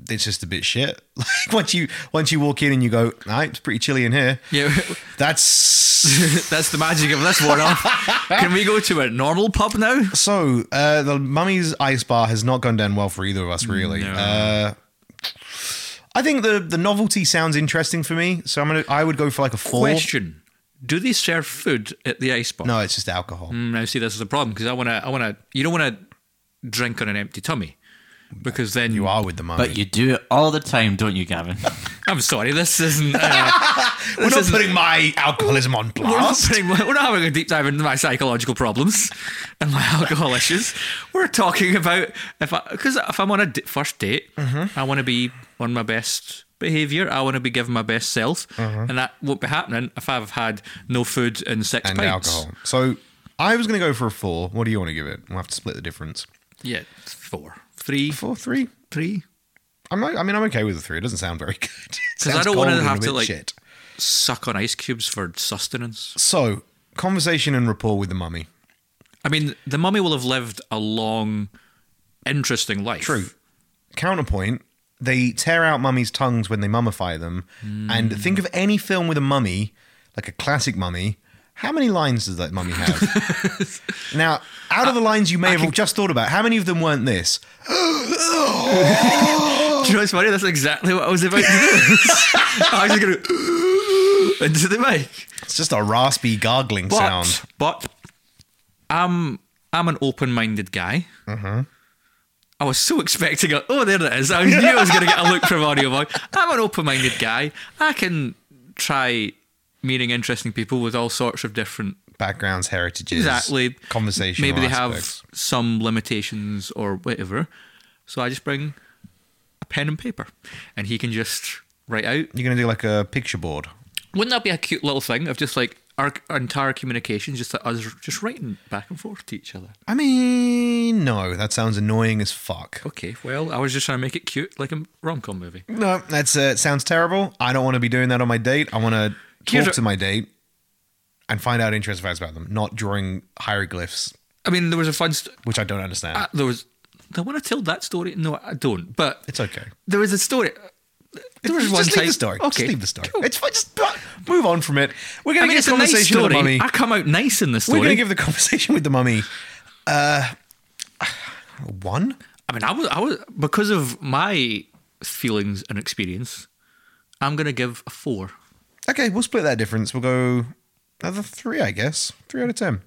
B: it's just a bit shit. Like once you once you walk in and you go, nah, it's pretty chilly in here.
A: Yeah,
B: That's
A: that's the magic of this one. huh? Can we go to a normal pub now?
B: so uh, the mummy's ice bar has not gone down well for either of us, really.
A: No.
B: Uh, I think the the novelty sounds interesting for me, so I'm gonna I would go for like a four.
A: Question: Do they serve food at the ice bar?
B: No, it's just alcohol.
A: Mm, Now see, this is a problem because I want to. I want to. You don't want to drink on an empty tummy because then
B: You are with the mummy.
D: But you do it all the time, don't you, Gavin?
A: I'm sorry, this isn't. Uh,
B: We're
A: this
B: not
A: isn't-
B: putting my alcoholism on
A: we're not,
B: blast.
A: putting- we're not having a deep dive into my psychological problems and my alcohol issues. We're talking about if I because if I'm on a d- first date,
B: Mm-hmm.
A: I want to be on my best behavior. I want to be given my best self,
B: Mm-hmm.
A: and that won't be happening if I've had no food and six
B: and
A: pints.
B: alcohol. So I was going to go for a four. What do you want to give it? We'll have to split the difference.
A: Yeah, four, three,
B: Four, three.
A: three.
B: I'm like, I mean, I'm okay with a three. It doesn't sound very good. It
A: I
B: sounds
A: don't wanna
B: cold and a
A: have to,
B: bit
A: like- Suck on ice cubes for sustenance.
B: So conversation and rapport with the mummy.
A: I mean, the mummy will have lived a long, interesting life.
B: True. Counterpoint. They tear out mummies' tongues when they mummify them.
A: Hmm.
B: And think of any film with a mummy, like a classic mummy. How many lines does that mummy have? now, out of the lines you may have just thought about, how many of them weren't this?
A: Do you know what's funny? That's exactly what I was about to do. I was just going to into the mic.
B: It's just a raspy gargling
A: But,
B: sound.
A: but I'm I'm an open-minded guy.
B: Mm-hmm.
A: I was so expecting a oh there it is. I knew I was going to get a look from Audio Boy. I'm an open-minded guy. I can try meeting interesting people with all sorts of different
B: Backgrounds, heritages,
A: exactly
B: conversation.
A: Maybe they
B: aspects.
A: have some limitations or whatever. So I just bring a pen and paper, and he can just write out.
B: You're gonna do like a picture board.
A: Wouldn't that be a cute little thing of just like our, our entire communication, just uh, us just writing back and forth to each other?
B: I mean, no, that sounds annoying as fuck.
A: Okay, well, I was just trying to make it cute, like a rom com movie.
B: No, that's uh, it sounds terrible. I don't want to be doing that on my date. I want to
A: Here's
B: talk
A: a-
B: to my date and find out interesting facts about them, not drawing hieroglyphs,
A: I mean, there was a fun. St-
B: which I don't understand.
A: uh, there was. Do I want to tell that story? No, I don't. But
B: it's okay.
A: there was a story. uh, There was
B: just
A: one
B: leave
A: time.
B: the story.
A: Okay,
B: Just leave the story.
A: cool.
B: It's fine. Just uh, move on from it. We're
A: I
B: gonna
A: mean,
B: get
A: it's
B: a
A: a nice
B: conversation with
A: story.
B: the mummy.
A: I come out nice in the story.
B: We're gonna give the conversation with the mummy uh, a one.
A: I mean, I was, I was because of my feelings and experience. I'm gonna give a four.
B: Okay, we'll split that difference. We'll go another three, I guess. Three out of ten.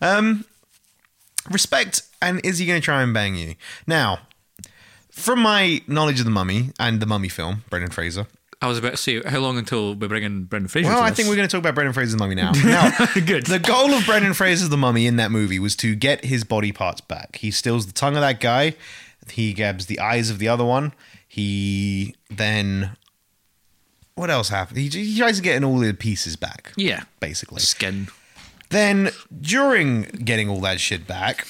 B: Um, respect, and is he going to try and bang you? Now, from my knowledge of the Mummy and the Mummy film, Brendan Fraser.
A: I was about to say, how long until we bring in Brendan Fraser?
B: Well,
A: to
B: I
A: this?
B: think we're going to talk about Brendan Fraser's Mummy now. Now,
A: Good.
B: The goal of Brendan Fraser's The Mummy in that movie was to get his body parts back. He steals the tongue of that guy. He grabs the eyes of the other one. He then. What else happened? He, he tries to get all the pieces back.
A: yeah,
B: Basically.
A: skin.
B: Then during getting all that shit back,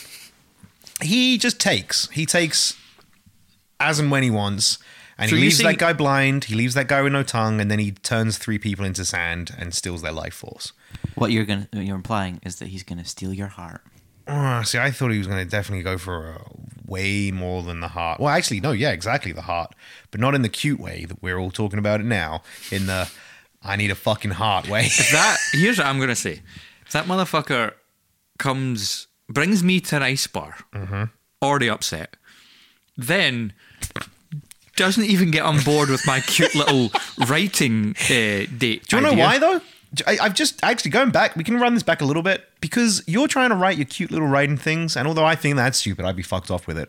B: he just takes. He takes as and when he wants. And
A: So
B: he
A: you
B: leaves
A: see-
B: that guy blind, he leaves that guy with no tongue, and then he turns three people into sand and steals their life force.
D: what you're gonna what you're implying is that he's gonna steal your heart.
B: Oh, see, I thought he was going to definitely go for uh way more than the heart. Well, actually, no, yeah, exactly the heart, but not in the cute way that we're all talking about it now, in the I need a fucking heart way.
A: That here's what I'm gonna say. If that motherfucker comes, brings me to an ice bar,
B: Mm-hmm.
A: already upset, then doesn't even get on board with my cute little writing uh, date.
B: Do you know
A: idea.
B: why though? I, I've just actually going back. We can run this back a little bit because you're trying to write your cute little writing things, and although I think that's stupid, I'd be fucked off with it.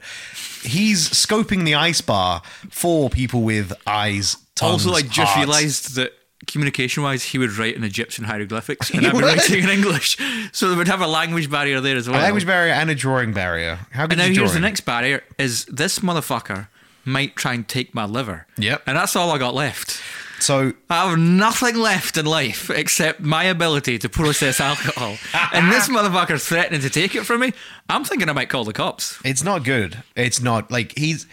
B: He's scoping the ice bar for people with eyes. Tongues,
A: Also, I just
B: hearts.
A: realised that communication-wise, he would write in Egyptian hieroglyphics, and
B: He
A: I'd be
B: would.
A: writing in English, so they would have a language barrier there as well.
B: a language barrier and a drawing barrier. How could
A: and now
B: you
A: here's
B: draw
A: the
B: him?
A: next barrier: is this motherfucker might try and take my liver.
B: Yep.
A: And that's all I got left.
B: So
A: I have nothing left in life except my ability to process alcohol. and this motherfucker threatening to take it from me. I'm thinking I might call the cops.
B: It's not good. It's not like he's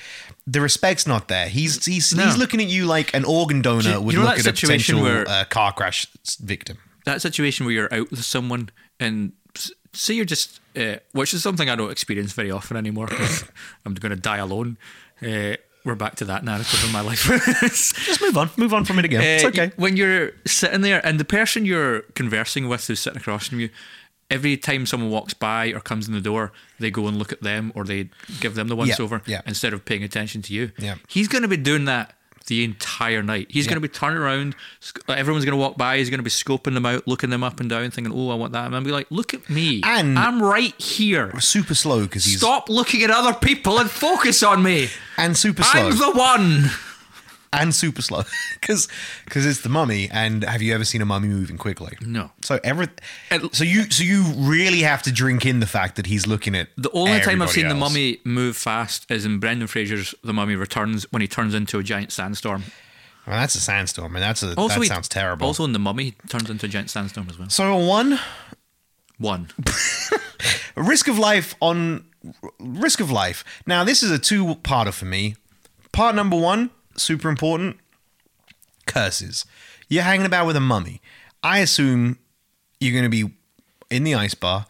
B: the respect's not there. He's he's
A: No.
B: he's looking at you like an organ donor
A: Do you-
B: would
A: you know
B: look
A: that
B: at a
A: situation
B: potential
A: where-
B: uh, car crash s- victim.
A: that situation where you're out with someone and s- say you're just, uh, which is something I don't experience very often anymore 'cause I'm going to die alone. Uh, we're back to that narrative in my life.
B: Just move on. Move on from it again. it's
A: Uh,
B: okay.
A: When you're sitting there and the person you're conversing with who's sitting across from you, every time someone walks by or comes in the door, they go and look at them or they give them the once over
B: yeah.
A: instead of paying attention to you.
B: Yeah.
A: He's going to be doing that the entire night. He's going to be turning around. sc- Everyone's going to walk by. He's going to be scoping them out, looking them up and down, thinking, "Oh, I want that." And I'm be like, "Look at me.
B: And-
A: I'm right here.
B: Super slow because he's
A: Stop looking at other people and focus on me.
B: and super slow
A: I'm the one."
B: and super slow because it's the mummy. And have you ever seen a mummy moving quickly?
A: No.
B: So every
A: And-
B: so you so you really have to drink in the fact that he's looking at
A: The only time I've
B: everybody
A: seen the
B: else.
A: mummy move fast is in Brendan Fraser's The Mummy Returns when he turns into a giant sandstorm.
B: Well, that's a sandstorm, and that's a
A: Also,
B: that
A: he-
B: sounds terrible.
A: Also, in The Mummy, he turns into a giant sandstorm as well.
B: so a one
A: One.
B: risk of life on risk of life. Now this is a two-parter for me. Part number one, super important. Curses. You're hanging about with a mummy. I assume you're going to be in the ice bar.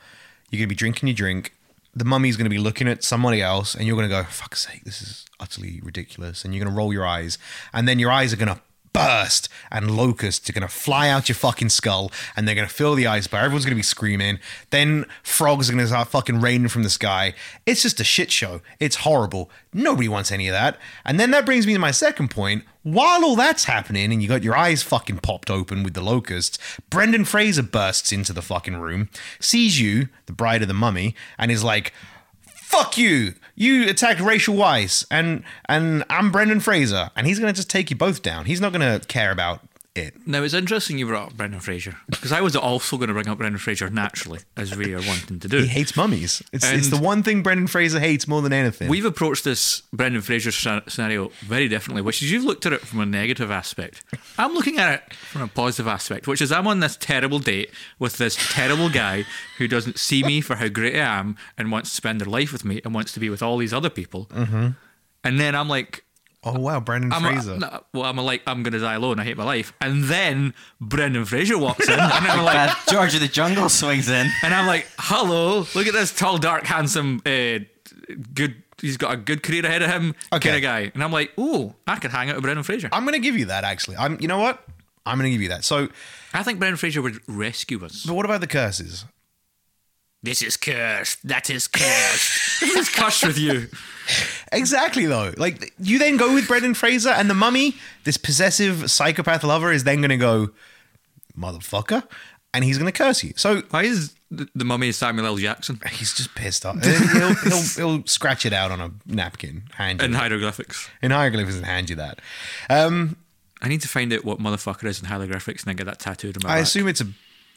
B: You're going to be drinking your drink. The mummy's going to be looking at somebody else, and you're going to go, "Fuck's sake, this is utterly ridiculous." And you're going to roll your eyes, and then your eyes are going to burst, and locusts are going to fly out your fucking skull, and they're going to fill the ice bar. Everyone's going to be screaming. Then frogs are going to start fucking raining from the sky. It's just a shit show. It's horrible. Nobody wants any of that. And then that brings me to my second point. While all that's happening and you got your eyes fucking popped open with the locusts, Brendan Fraser bursts into the fucking room, sees you, the bride of the mummy, and is like, fuck you. You attacked Rachel Weiss and and I'm Brendan Fraser. And he's gonna just take you both down. He's not gonna care about it.
A: Now it's interesting you brought up Brendan Fraser because I was also going to bring up Brendan Fraser naturally as we are wanting to do.
B: He hates mummies. It's, it's
A: And-
B: the one thing Brendan Fraser hates more than anything.
A: We've approached this Brendan Fraser sc- scenario very differently, which is you've looked at it from a negative aspect. I'm looking at it from a positive aspect, which is I'm on this terrible date with this terrible guy who doesn't see me for how great I am and wants to spend their life with me and wants to be with all these other people. Mm-hmm. And then I'm like,
B: oh wow, Brendan
A: I'm a-
B: Fraser.
A: no, well, I'm a, like, I'm gonna die alone. I hate my life. And then Brendan Fraser walks in, and I'm like,
D: Uh, George of the Jungle swings in.
A: And I'm like, hello, look at this tall, dark, handsome, uh, good. He's got a good career ahead of him,
B: Okay.
A: kind of guy. And I'm like, oh, I could hang out with Brendan Fraser.
B: I'm gonna give you that actually. I'm you know what? I'm gonna give you that. So
A: I think Brendan Fraser would rescue us.
B: but what about the curses?
A: This is cursed. That is cursed. this is cursed with you.
B: Exactly though. Like you then go with Brendan Fraser and the mummy, this possessive psychopath lover is then gonna go, motherfucker, and he's gonna curse you. So
A: Why is the, the mummy Samuel L. Jackson
B: He's just pissed off. he'll, he'll, he'll scratch it out on a napkin, hand you
A: in
B: in,
A: hieroglyphics?
B: hieroglyphics, and hand you that. Um,
A: I need to find out what motherfucker is in hieroglyphics and I get that tattooed on my
B: I
A: back.
B: assume it's a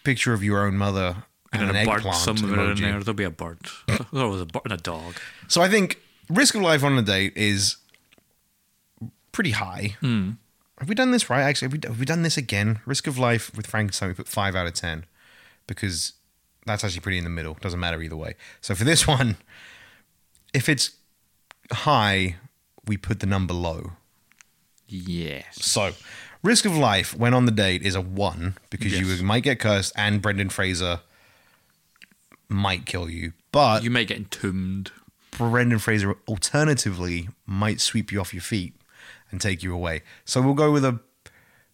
B: picture of your own mother and,
A: and
B: an
A: a bird
B: eggplant
A: somewhere in
B: emoji.
A: there. There'll be a bird. There's always a bird and a dog.
B: So I think risk of life on a date is pretty high. Have we done this right? Actually, have we, have we done this again? Risk of life with Frankenstein, we put five out of ten because that's actually pretty in the middle. Doesn't matter either way. So for this one, if it's high, we put the number low.
A: Yes.
B: So, risk of life when on the date is a one because
A: Yes.
B: you might get cursed and Brendan Fraser might kill you. But
A: You may get entombed.
B: Brendan Fraser alternatively might sweep you off your feet and take you away. So we'll go with a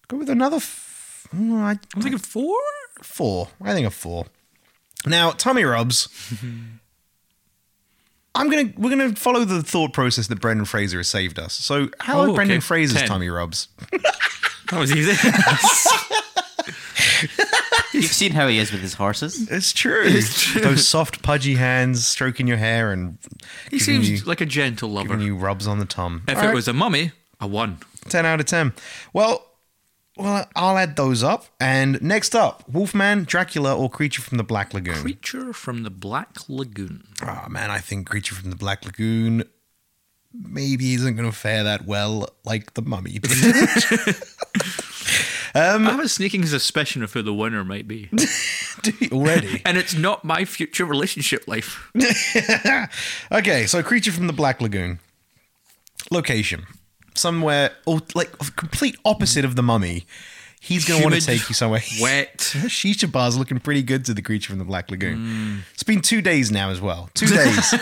B: go with another f- mm, I-
A: I'm thinking four?
B: four. I think a four. Now, tummy rubs. I'm gonna we're gonna follow the thought process that Brendan Fraser has saved us. So how
A: Oh,
B: are Brendan
A: okay.
B: Fraser's
A: Ten.
B: tummy rubs?
A: That was easy.
D: You've seen how he is with his horses.
B: It's true. Those soft, pudgy hands stroking your hair and
A: He
B: giving
A: seems
B: you,
A: like a gentle lover.
B: giving you rubs on the tum.
A: if
B: All
A: it
B: right,
A: was a mummy, a one.
B: ten out of ten. Well, well, I'll add those up. And next up, Wolfman, Dracula, or Creature from the Black Lagoon.
A: Creature from the Black Lagoon.
B: oh man, I think Creature from the Black Lagoon maybe isn't going to fare that well like the Mummy. did. Um,
A: I have a sneaking suspicion of who the winner might be.
B: Already.
A: and it's not my future relationship life.
B: Okay, so creature from the Black Lagoon. Location. Somewhere or like complete opposite of the mummy. He's gonna want to
A: Humid,
B: take you somewhere.
A: Wet.
B: Shisha bar's looking pretty good to the creature from the Black Lagoon. It's been two days now as well. Two days.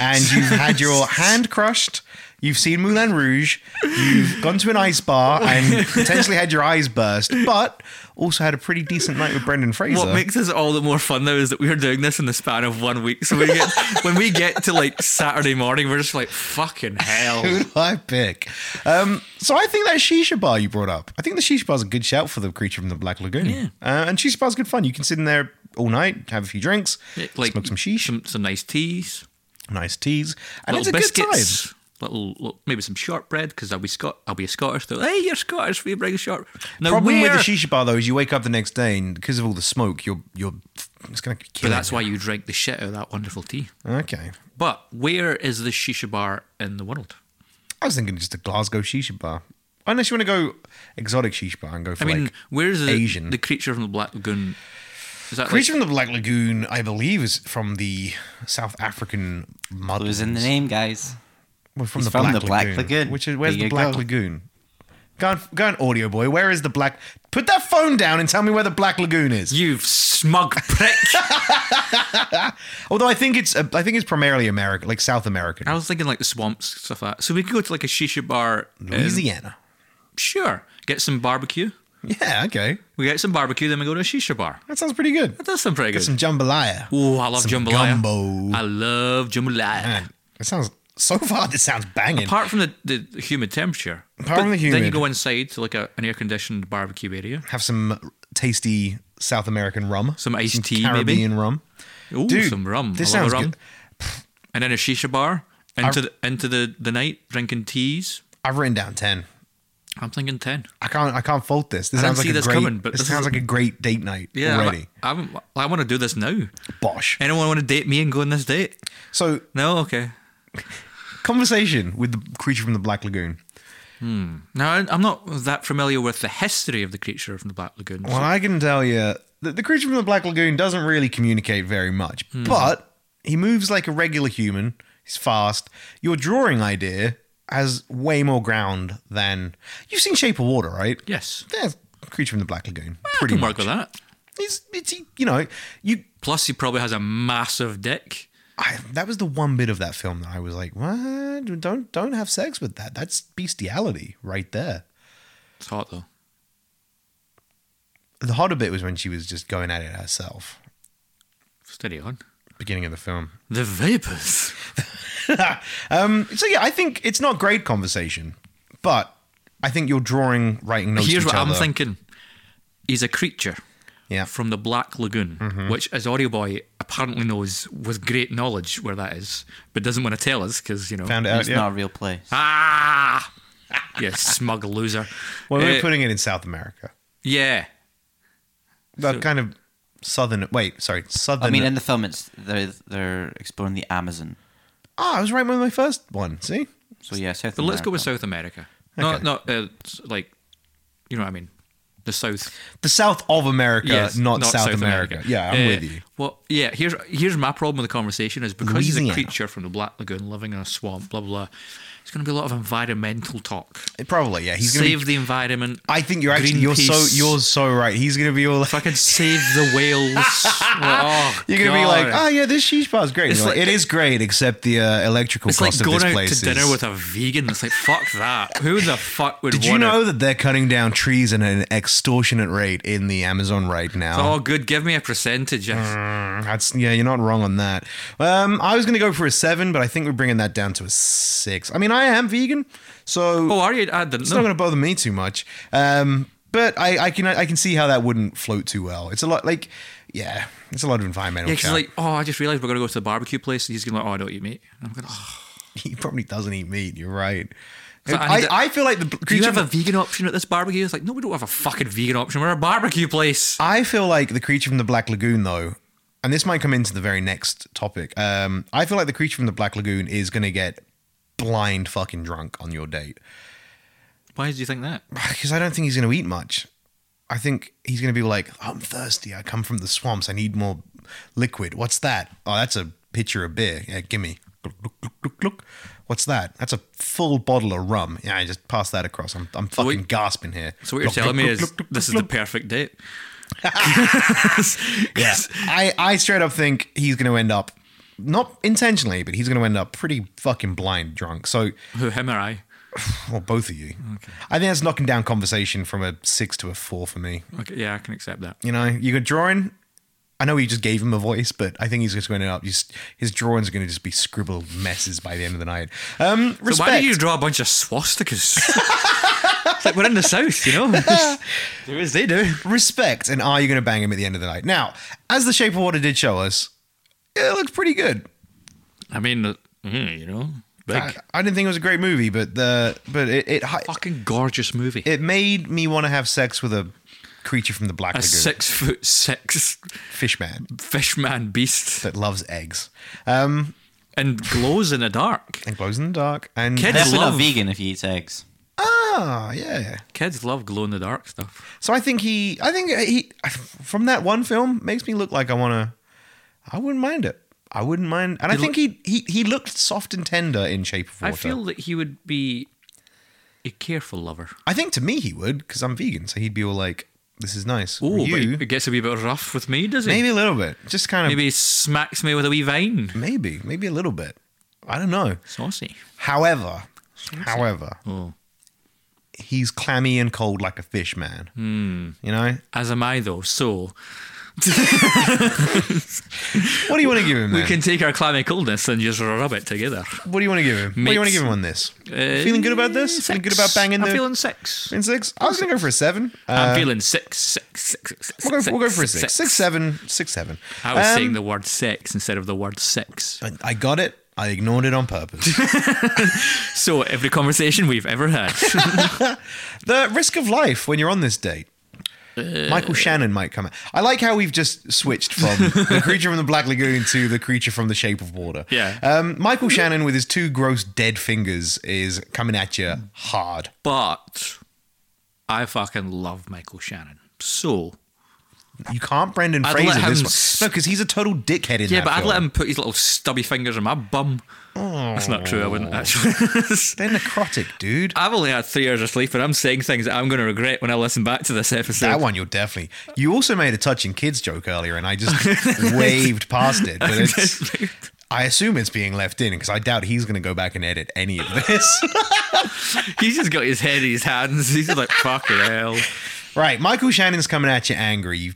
B: and you've had your hand crushed, You've seen Moulin Rouge. You've gone to an ice bar and potentially had your eyes burst, but also had a pretty decent night with Brendan Fraser.
A: What makes this all the more fun though is that we are doing this in the span of one week. So we get, when we get to like Saturday morning, we're just like fucking hell.
B: Who do I pick? Um, so I think that shisha bar you brought up. I think the shisha bar is a good shout for the creature from the Black Lagoon. Uh, and shisha bar's good fun. You can sit in there all night, have a few drinks,
A: Like
B: smoke some shish,
A: some, some nice teas,
B: nice teas, and it's
A: little
B: a
A: biscuits. Little, little- maybe some shortbread because I'll be Scot. I'll be a Scottish. Though. Hey, you're Scottish. We bring short.
B: good
A: Now
B: time. Problem with the
A: we're-
B: shisha bar though is you wake up the next day and because of all the smoke, you're you're it's gonna kill.
A: But that's
B: you.
A: why you drink the shit out of that wonderful tea.
B: Okay,
A: But where is the shisha bar in the world?
B: I was thinking just a Glasgow shisha bar. Unless you want to go exotic shisha bar and go for
A: I mean,
B: like
A: where's the
B: Asian.
A: the creature from the Black Lagoon? Is that
B: Creature
A: like,
B: from the Black Lagoon, I believe, is from the South African
D: It
B: mud.
D: was in the name, guys.
B: We're from the,
D: He's from
B: Black,
D: the Black
B: Lagoon,
D: Lagoon.
B: Which is where's
D: There
B: the
D: you
B: Black
D: go.
B: Lagoon? Go on, go on, audio boy. Where is the Black? Put that phone down and tell me where the Black Lagoon is.
A: you smug prick?
B: Although I think it's uh, I think it's primarily American, like South American,
A: I was thinking like the swamps stuff like that. So we could go to like a shisha bar. in-
B: Louisiana.
A: sure. Get some barbecue.
B: Yeah, okay,
A: We get some barbecue, then we go to a shisha bar.
B: that sounds pretty good.
A: That does sound pretty
B: Get
A: good.
B: some jambalaya.
A: Ooh, I love
B: some
A: jambalaya. Uh,
B: gumbo. Ah.
A: I love jambalaya.
B: Man, it sounds so far. This sounds banging.
A: Apart from the, the humid temperature.
B: Apart from
A: But
B: the
A: Then you
B: humid.
A: go inside to like a, an air conditioned barbecue area.
B: Have some tasty South American rum,
A: Some iced tea, maybe?
B: Caribbean rum.
A: Ooh,
B: Dude,
A: some rum.
B: This
A: I love
B: sounds
A: a rum.
B: good.
A: And then a shisha bar into the into the, the night drinking teas.
B: I've written down ten.
A: I'm thinking ten.
B: I can't. I can't fault this. This
A: I didn't
B: sounds like
A: see
B: a
A: this
B: great.
A: coming, but
B: this
A: this
B: sounds
A: is-
B: like a great date night
A: Yeah, I'm-
B: already.
A: I'm, I want to do this now.
B: Bosh.
A: Anyone want to date me and go on this date?
B: So
A: No, okay.
B: conversation with the creature from the Black Lagoon.
A: Now I- I'm not that familiar with the history of the creature from the Black Lagoon. so-
B: Well, I can tell you that the creature from the Black Lagoon doesn't really communicate very much,
A: Hmm.
B: but he moves like a regular human. He's fast. Your drawing idea has way more ground than you've seen Shape of Water, right?
A: yes,
B: There's creature from the Black Lagoon.
A: I
B: Pretty
A: can
B: much.
A: work with that.
B: He's, it's, he- you know, you.
A: Plus, he probably has a massive dick.
B: I, that was the one bit of that film that I was like, "What? Don't don't have sex with that. That's bestiality right there."
A: It's hot though.
B: The hotter bit was when she was just going at it herself.
A: Steady on.
B: Beginning of the film.
A: The vapors.
B: um, so yeah, I think it's not great conversation, but I think you're drawing, writing notes. to
A: Here's
B: each
A: what I'm
B: other.
A: thinking. He's a creature
B: Yeah. Mm-hmm.
A: from the Black Lagoon, which, as Audio Boy apparently knows with great knowledge where that is, but doesn't want to tell us because you know.
B: Found it out.
D: It's
B: Yeah.
D: not a real place.
A: Ah, you smug loser.
B: well, we're
A: Uh,
B: putting it in South America.
A: yeah,
B: That kind of southern. Wait, sorry, southern.
D: I mean, in the film, it's they're they're exploring the Amazon.
B: ah, I was right with my first one. See,
D: So yeah, South.
A: but let's go with
D: America.
A: South America. Not not uh, s- like, you know what I mean. The South,
B: the South of America,
A: yes,
B: not, South, America. Yeah, I'm
A: Uh,
B: with you.
A: Well, yeah. Here's here's my problem with the conversation is because he's
B: Louisiana.
A: a creature from the Black Lagoon, living in a swamp, blah blah. blah It's going to be a lot of environmental talk.
B: It- probably, yeah. He's gonna
A: save
B: be.
A: the environment.
B: I think you're actually you're so
A: Greenpeace.
B: you're so right. He's gonna be all like,
A: Fucking save the whales. oh,
B: you're gonna be like,
A: God.
B: oh yeah, this sheesh bar is great.
A: It's
B: You're like,
A: like-
B: it is great, except the uh, electrical
A: It's like
B: cost of
A: going
B: this
A: out
B: place
A: to dinner
B: is-
A: with a vegan. It's like fuck that. Who the fuck would?
B: Did you
A: wanna-
B: know that they're cutting down trees at an extortionate rate in the Amazon right now?
A: Oh, good. Give me a percentage.
B: Mm. That's yeah, you're not wrong on that. Um, I was gonna go for a seven, but I think we're bringing that down to a six. I mean, I am vegan, so
A: Oh, are you? I didn't
B: it's
A: know.
B: not gonna bother me too much. Um, but I, I can I can see how that wouldn't float too well. It's a lot like yeah, it's a lot of environmental.
A: yeah, 'cause
B: chat.
A: like, oh, I just realized we're gonna go to the barbecue place. And he's gonna be like, oh, I don't eat meat. And I'm gonna. Oh,
B: he probably doesn't eat meat. You're right.
A: So I
B: I,
A: need to-
B: I feel like the
A: do you
B: creature.
A: have a
B: From,
A: vegan option at this barbecue? It's like, no, we don't have a fucking vegan option. We're a barbecue place.
B: I feel like the creature from the Black Lagoon, though, and this might come into the very next topic. Um, I feel like the creature from the Black Lagoon is gonna get blind fucking drunk on your date
A: Why do you think that?
B: because I don't think he's gonna eat much. I think he's gonna be like, I'm thirsty. I come from the swamps. I need more liquid. What's that? Oh, that's a pitcher of beer. Yeah, gimme. Gluck, gluck, gluck, gluck, gluck. What's that? That's a full bottle of rum. Yeah, I just pass that across. I'm, I'm fucking
A: what-
B: gasping here.
A: So what you're
B: Gluck,
A: telling me
B: gluck,
A: is
B: gluck, gluck,
A: this is
B: gluck,
A: the perfect date.
B: yeah. I, I straight up think he's going to end up not intentionally, but he's going to end up pretty fucking blind drunk. So,
A: Who, him or I?
B: well, both of you. I think that's knocking down conversation from a six to a four for me.
A: Okay, yeah, I can accept that.
B: You know, you could drawing. I know you just gave him a voice, but I think he's just going to end up. Just, his drawings are going to just be scribbled messes by the end of the night. Um, respect.
A: So why do you draw a bunch of swastikas? It's like we're in the south, you know. do as they do.
B: respect and are you going to bang him at the end of the night? Now, as The Shape of Water did show us, it looks pretty good.
A: I mean, uh, mm, you know, big,
B: I, I didn't think it was a great movie, but the but it it, hi-
A: fucking gorgeous movie.
B: it made me want to have sex with a creature from the Black
A: a
B: Lagoon,
A: six foot six
B: fish man
A: fishman beast
B: that loves eggs um,
A: and glows in the dark.
B: and glows in the dark. And
A: Kids-
D: Definitely
A: love-
D: not vegan if he eats eggs.
B: ah, yeah.
A: Kids love glow in the dark stuff.
B: So I think he, I think he, from that one film, makes me look like I want to. I wouldn't mind it. I wouldn't mind, and I think he, he he looked soft and tender in Shape of
A: I
B: Water.
A: feel that he would be a careful lover.
B: I think to me he would because I'm vegan, so he'd be all like, "This is nice."
A: Oh,
B: For
A: but
B: you,
A: it gets a wee bit rough with me, does it?
B: maybe a little bit, just kind of
A: Maybe
B: maybe.
A: he smacks me with a wee vine.
B: maybe, a little bit. I don't know.
A: Saucy.
B: However, however,
A: Oh.
B: he's clammy and cold like a fish man.
A: Hmm.
B: You know,
A: As am I, though. So
B: what do you want to give him?
A: we
B: then?
A: can take our clammy coldness and just rub it together.
B: What do you want to give him? What do you want
A: Mix.
B: to give him on this?
A: Uh,
B: feeling good about this? Feeling good about banging
A: I'm
B: the
A: feeling six.
B: in six? I was gonna go for a seven.
A: I'm
B: Uh,
A: feeling six, six, six, six, six,
B: we'll, go,
A: six,
B: we'll go for a
A: six,
B: six. Six, seven, six, seven.
A: I was
B: Um,
A: saying the word sex instead of the word six.
B: I- I got it. I ignored it on purpose.
A: So every conversation we've ever had.
B: The risk of life when you're on this date.
A: Uh.
B: Michael Shannon might come out. I like how we've just switched from the creature from the Black Lagoon to the creature from the Shape of Water.
A: Yeah.
B: Um, Michael Shannon with his two gross dead fingers is coming at you hard.
A: but I fucking love Michael Shannon. So
B: You can't Brendan
A: I'd
B: Fraser
A: let him
B: this one.
A: s-
B: No, because he's a total dickhead in
A: yeah,
B: that
A: but I'd
B: film.
A: let him put his little stubby fingers in my bum. That's not true. I wouldn't actually.
B: They're necrotic, dude.
A: I've only had three hours of sleep, and I'm saying things that I'm going to regret when I listen back to this episode.
B: That one you'll definitely. You also made a touching kids joke earlier, and I just waved past it. But it's, I assume it's being left in because I doubt he's going to go back and edit any of this.
A: He's just got his head in his hands. He's just like fucking hell.
B: Right, Michael Shannon's coming at you angry. You,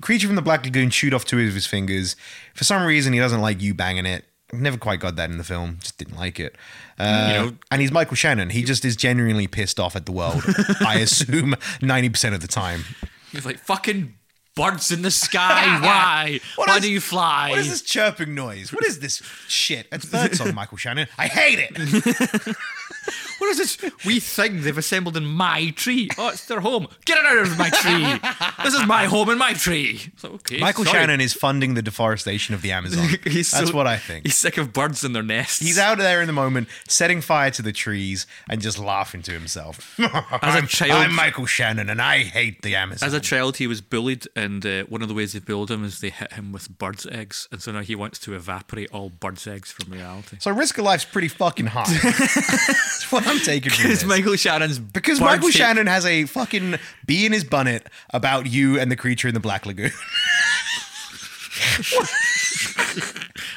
B: creature from the Black Lagoon chewed off two of his fingers. For some reason, he doesn't like you banging it. Never quite got that in the film. Just didn't like it. Uh,
A: You know-
B: and he's Michael Shannon. He just is genuinely pissed off at the world. I assume ninety percent of the time.
A: He's like fucking birds in the sky. Why?
B: What
A: Why
B: is-
A: do you fly?
B: What is this chirping noise? What is this shit? It's birdsong, Michael Shannon. I hate it.
A: What is this wee thing they've assembled in my tree? Oh, it's their home. Get it out of my tree. This is my home and my tree. It's like, okay,
B: Michael
A: sorry.
B: Shannon is funding the deforestation of the Amazon.
A: He's
B: That's
A: so-
B: what I think.
A: He's sick of birds in their nests.
B: He's out there in the moment, setting fire to the trees and just laughing to himself. I'm,
A: child-
B: I'm Michael Shannon, and I hate the Amazon.
A: As a child, he was bullied, and uh, one of the ways they bullied him is they hit him with birds' eggs, and so now he wants to evaporate all birds' eggs from reality.
B: so risk of life's pretty fucking high. That's what I'm taking from
A: Because
B: this.
A: Michael Shannon's
B: because
A: bird
B: Michael
A: shaped-
B: Shannon has a fucking bee in his bonnet about you and the creature in the Black Lagoon.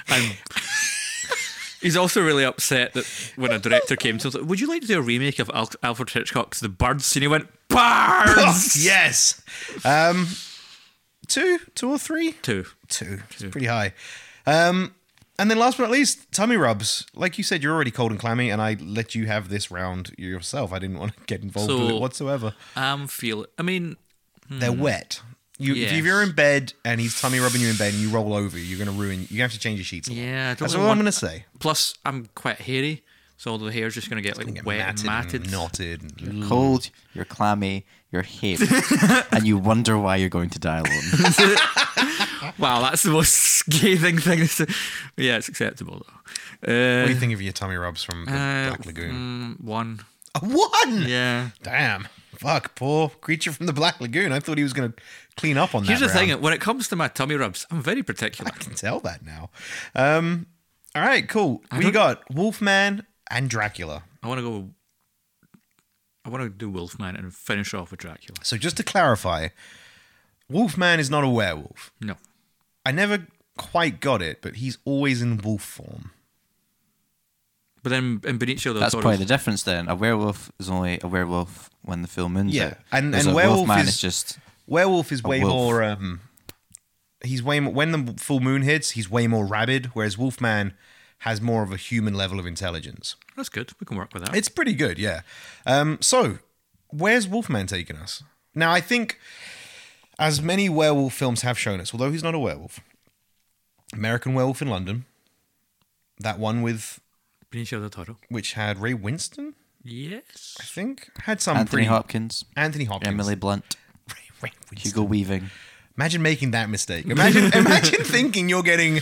A: And he's also really upset that when a director came to him, like, would you like to do a remake of Al- Alfred Hitchcock's The Birds? And he went,
B: Oh,
A: Birds!
B: yes. Um, two, two or three?
A: Two.
B: Two. It's pretty high. Um, and then last but not least, tummy rubs. Like you said, you're already cold and clammy, and I let you have this round yourself. I didn't want to get involved with
A: So-
B: it whatsoever.
A: I'm feeling. I mean,
B: They're wet. You,
A: Yes.
B: If you're in bed and he's tummy rubbing you in bed and you roll over, you're going to ruin. You're going to have to change your sheets. a lot.
A: Yeah, I don't
B: that's
A: really
B: all I'm
A: want-
B: going to say.
A: plus I'm quite hairy, so all the hair's just gonna get like
B: Get
A: wet and matted.
B: and knotted. And,
D: Cold, you're clammy, you're hairy, and you wonder why you're going to die alone.
A: Wow, that's the most scathing thing. To say. Yeah, it's acceptable though.
B: what do
A: Uh,
B: you think of your tummy rubs from the
A: uh,
B: Black Lagoon?
A: mm, one.
B: A one.
A: Yeah.
B: Damn. Fuck, poor creature from the Black Lagoon. I thought he was going to clean up on that.
A: Here's the
B: round.
A: thing: when it comes to my tummy rubs, I'm very particular.
B: I can tell that now. Um, all right, cool. we
A: don't-
B: got Wolfman and Dracula.
A: I want to go. I want to do Wolfman and finish off with Dracula.
B: So just to clarify, Wolfman is not a werewolf.
A: No,
B: I never quite got it, but he's always in wolf form.
A: But then in Benicio del
D: That's
A: Toro's-
D: probably the difference then. A werewolf is only a werewolf when the full moon's
B: Yeah,
D: out.
B: and-
D: Whereas
B: and
D: a
B: werewolf
D: wolfman
B: is-
D: just
B: Werewolf is way
D: wolf.
B: more. Um, he's way more. When the full moon hits, he's way more rabid, whereas Wolfman has more of a human level of intelligence.
A: That's good. We can work with that.
B: It's pretty good, yeah. Um, so, where's Wolfman taking us? Now, I think, as many werewolf films have shown us, although he's not a werewolf, American Werewolf in London, that one with
A: Benicio del Toro.
B: which had Ray Winston,
A: Yes.
B: I think, had some
D: Anthony
B: pretty
D: Hopkins,
B: Anthony Hopkins.
D: Emily Blunt,
B: Ray, Ray Winston.
D: Hugo Weaving.
B: Imagine making that mistake. Imagine, imagine thinking you're getting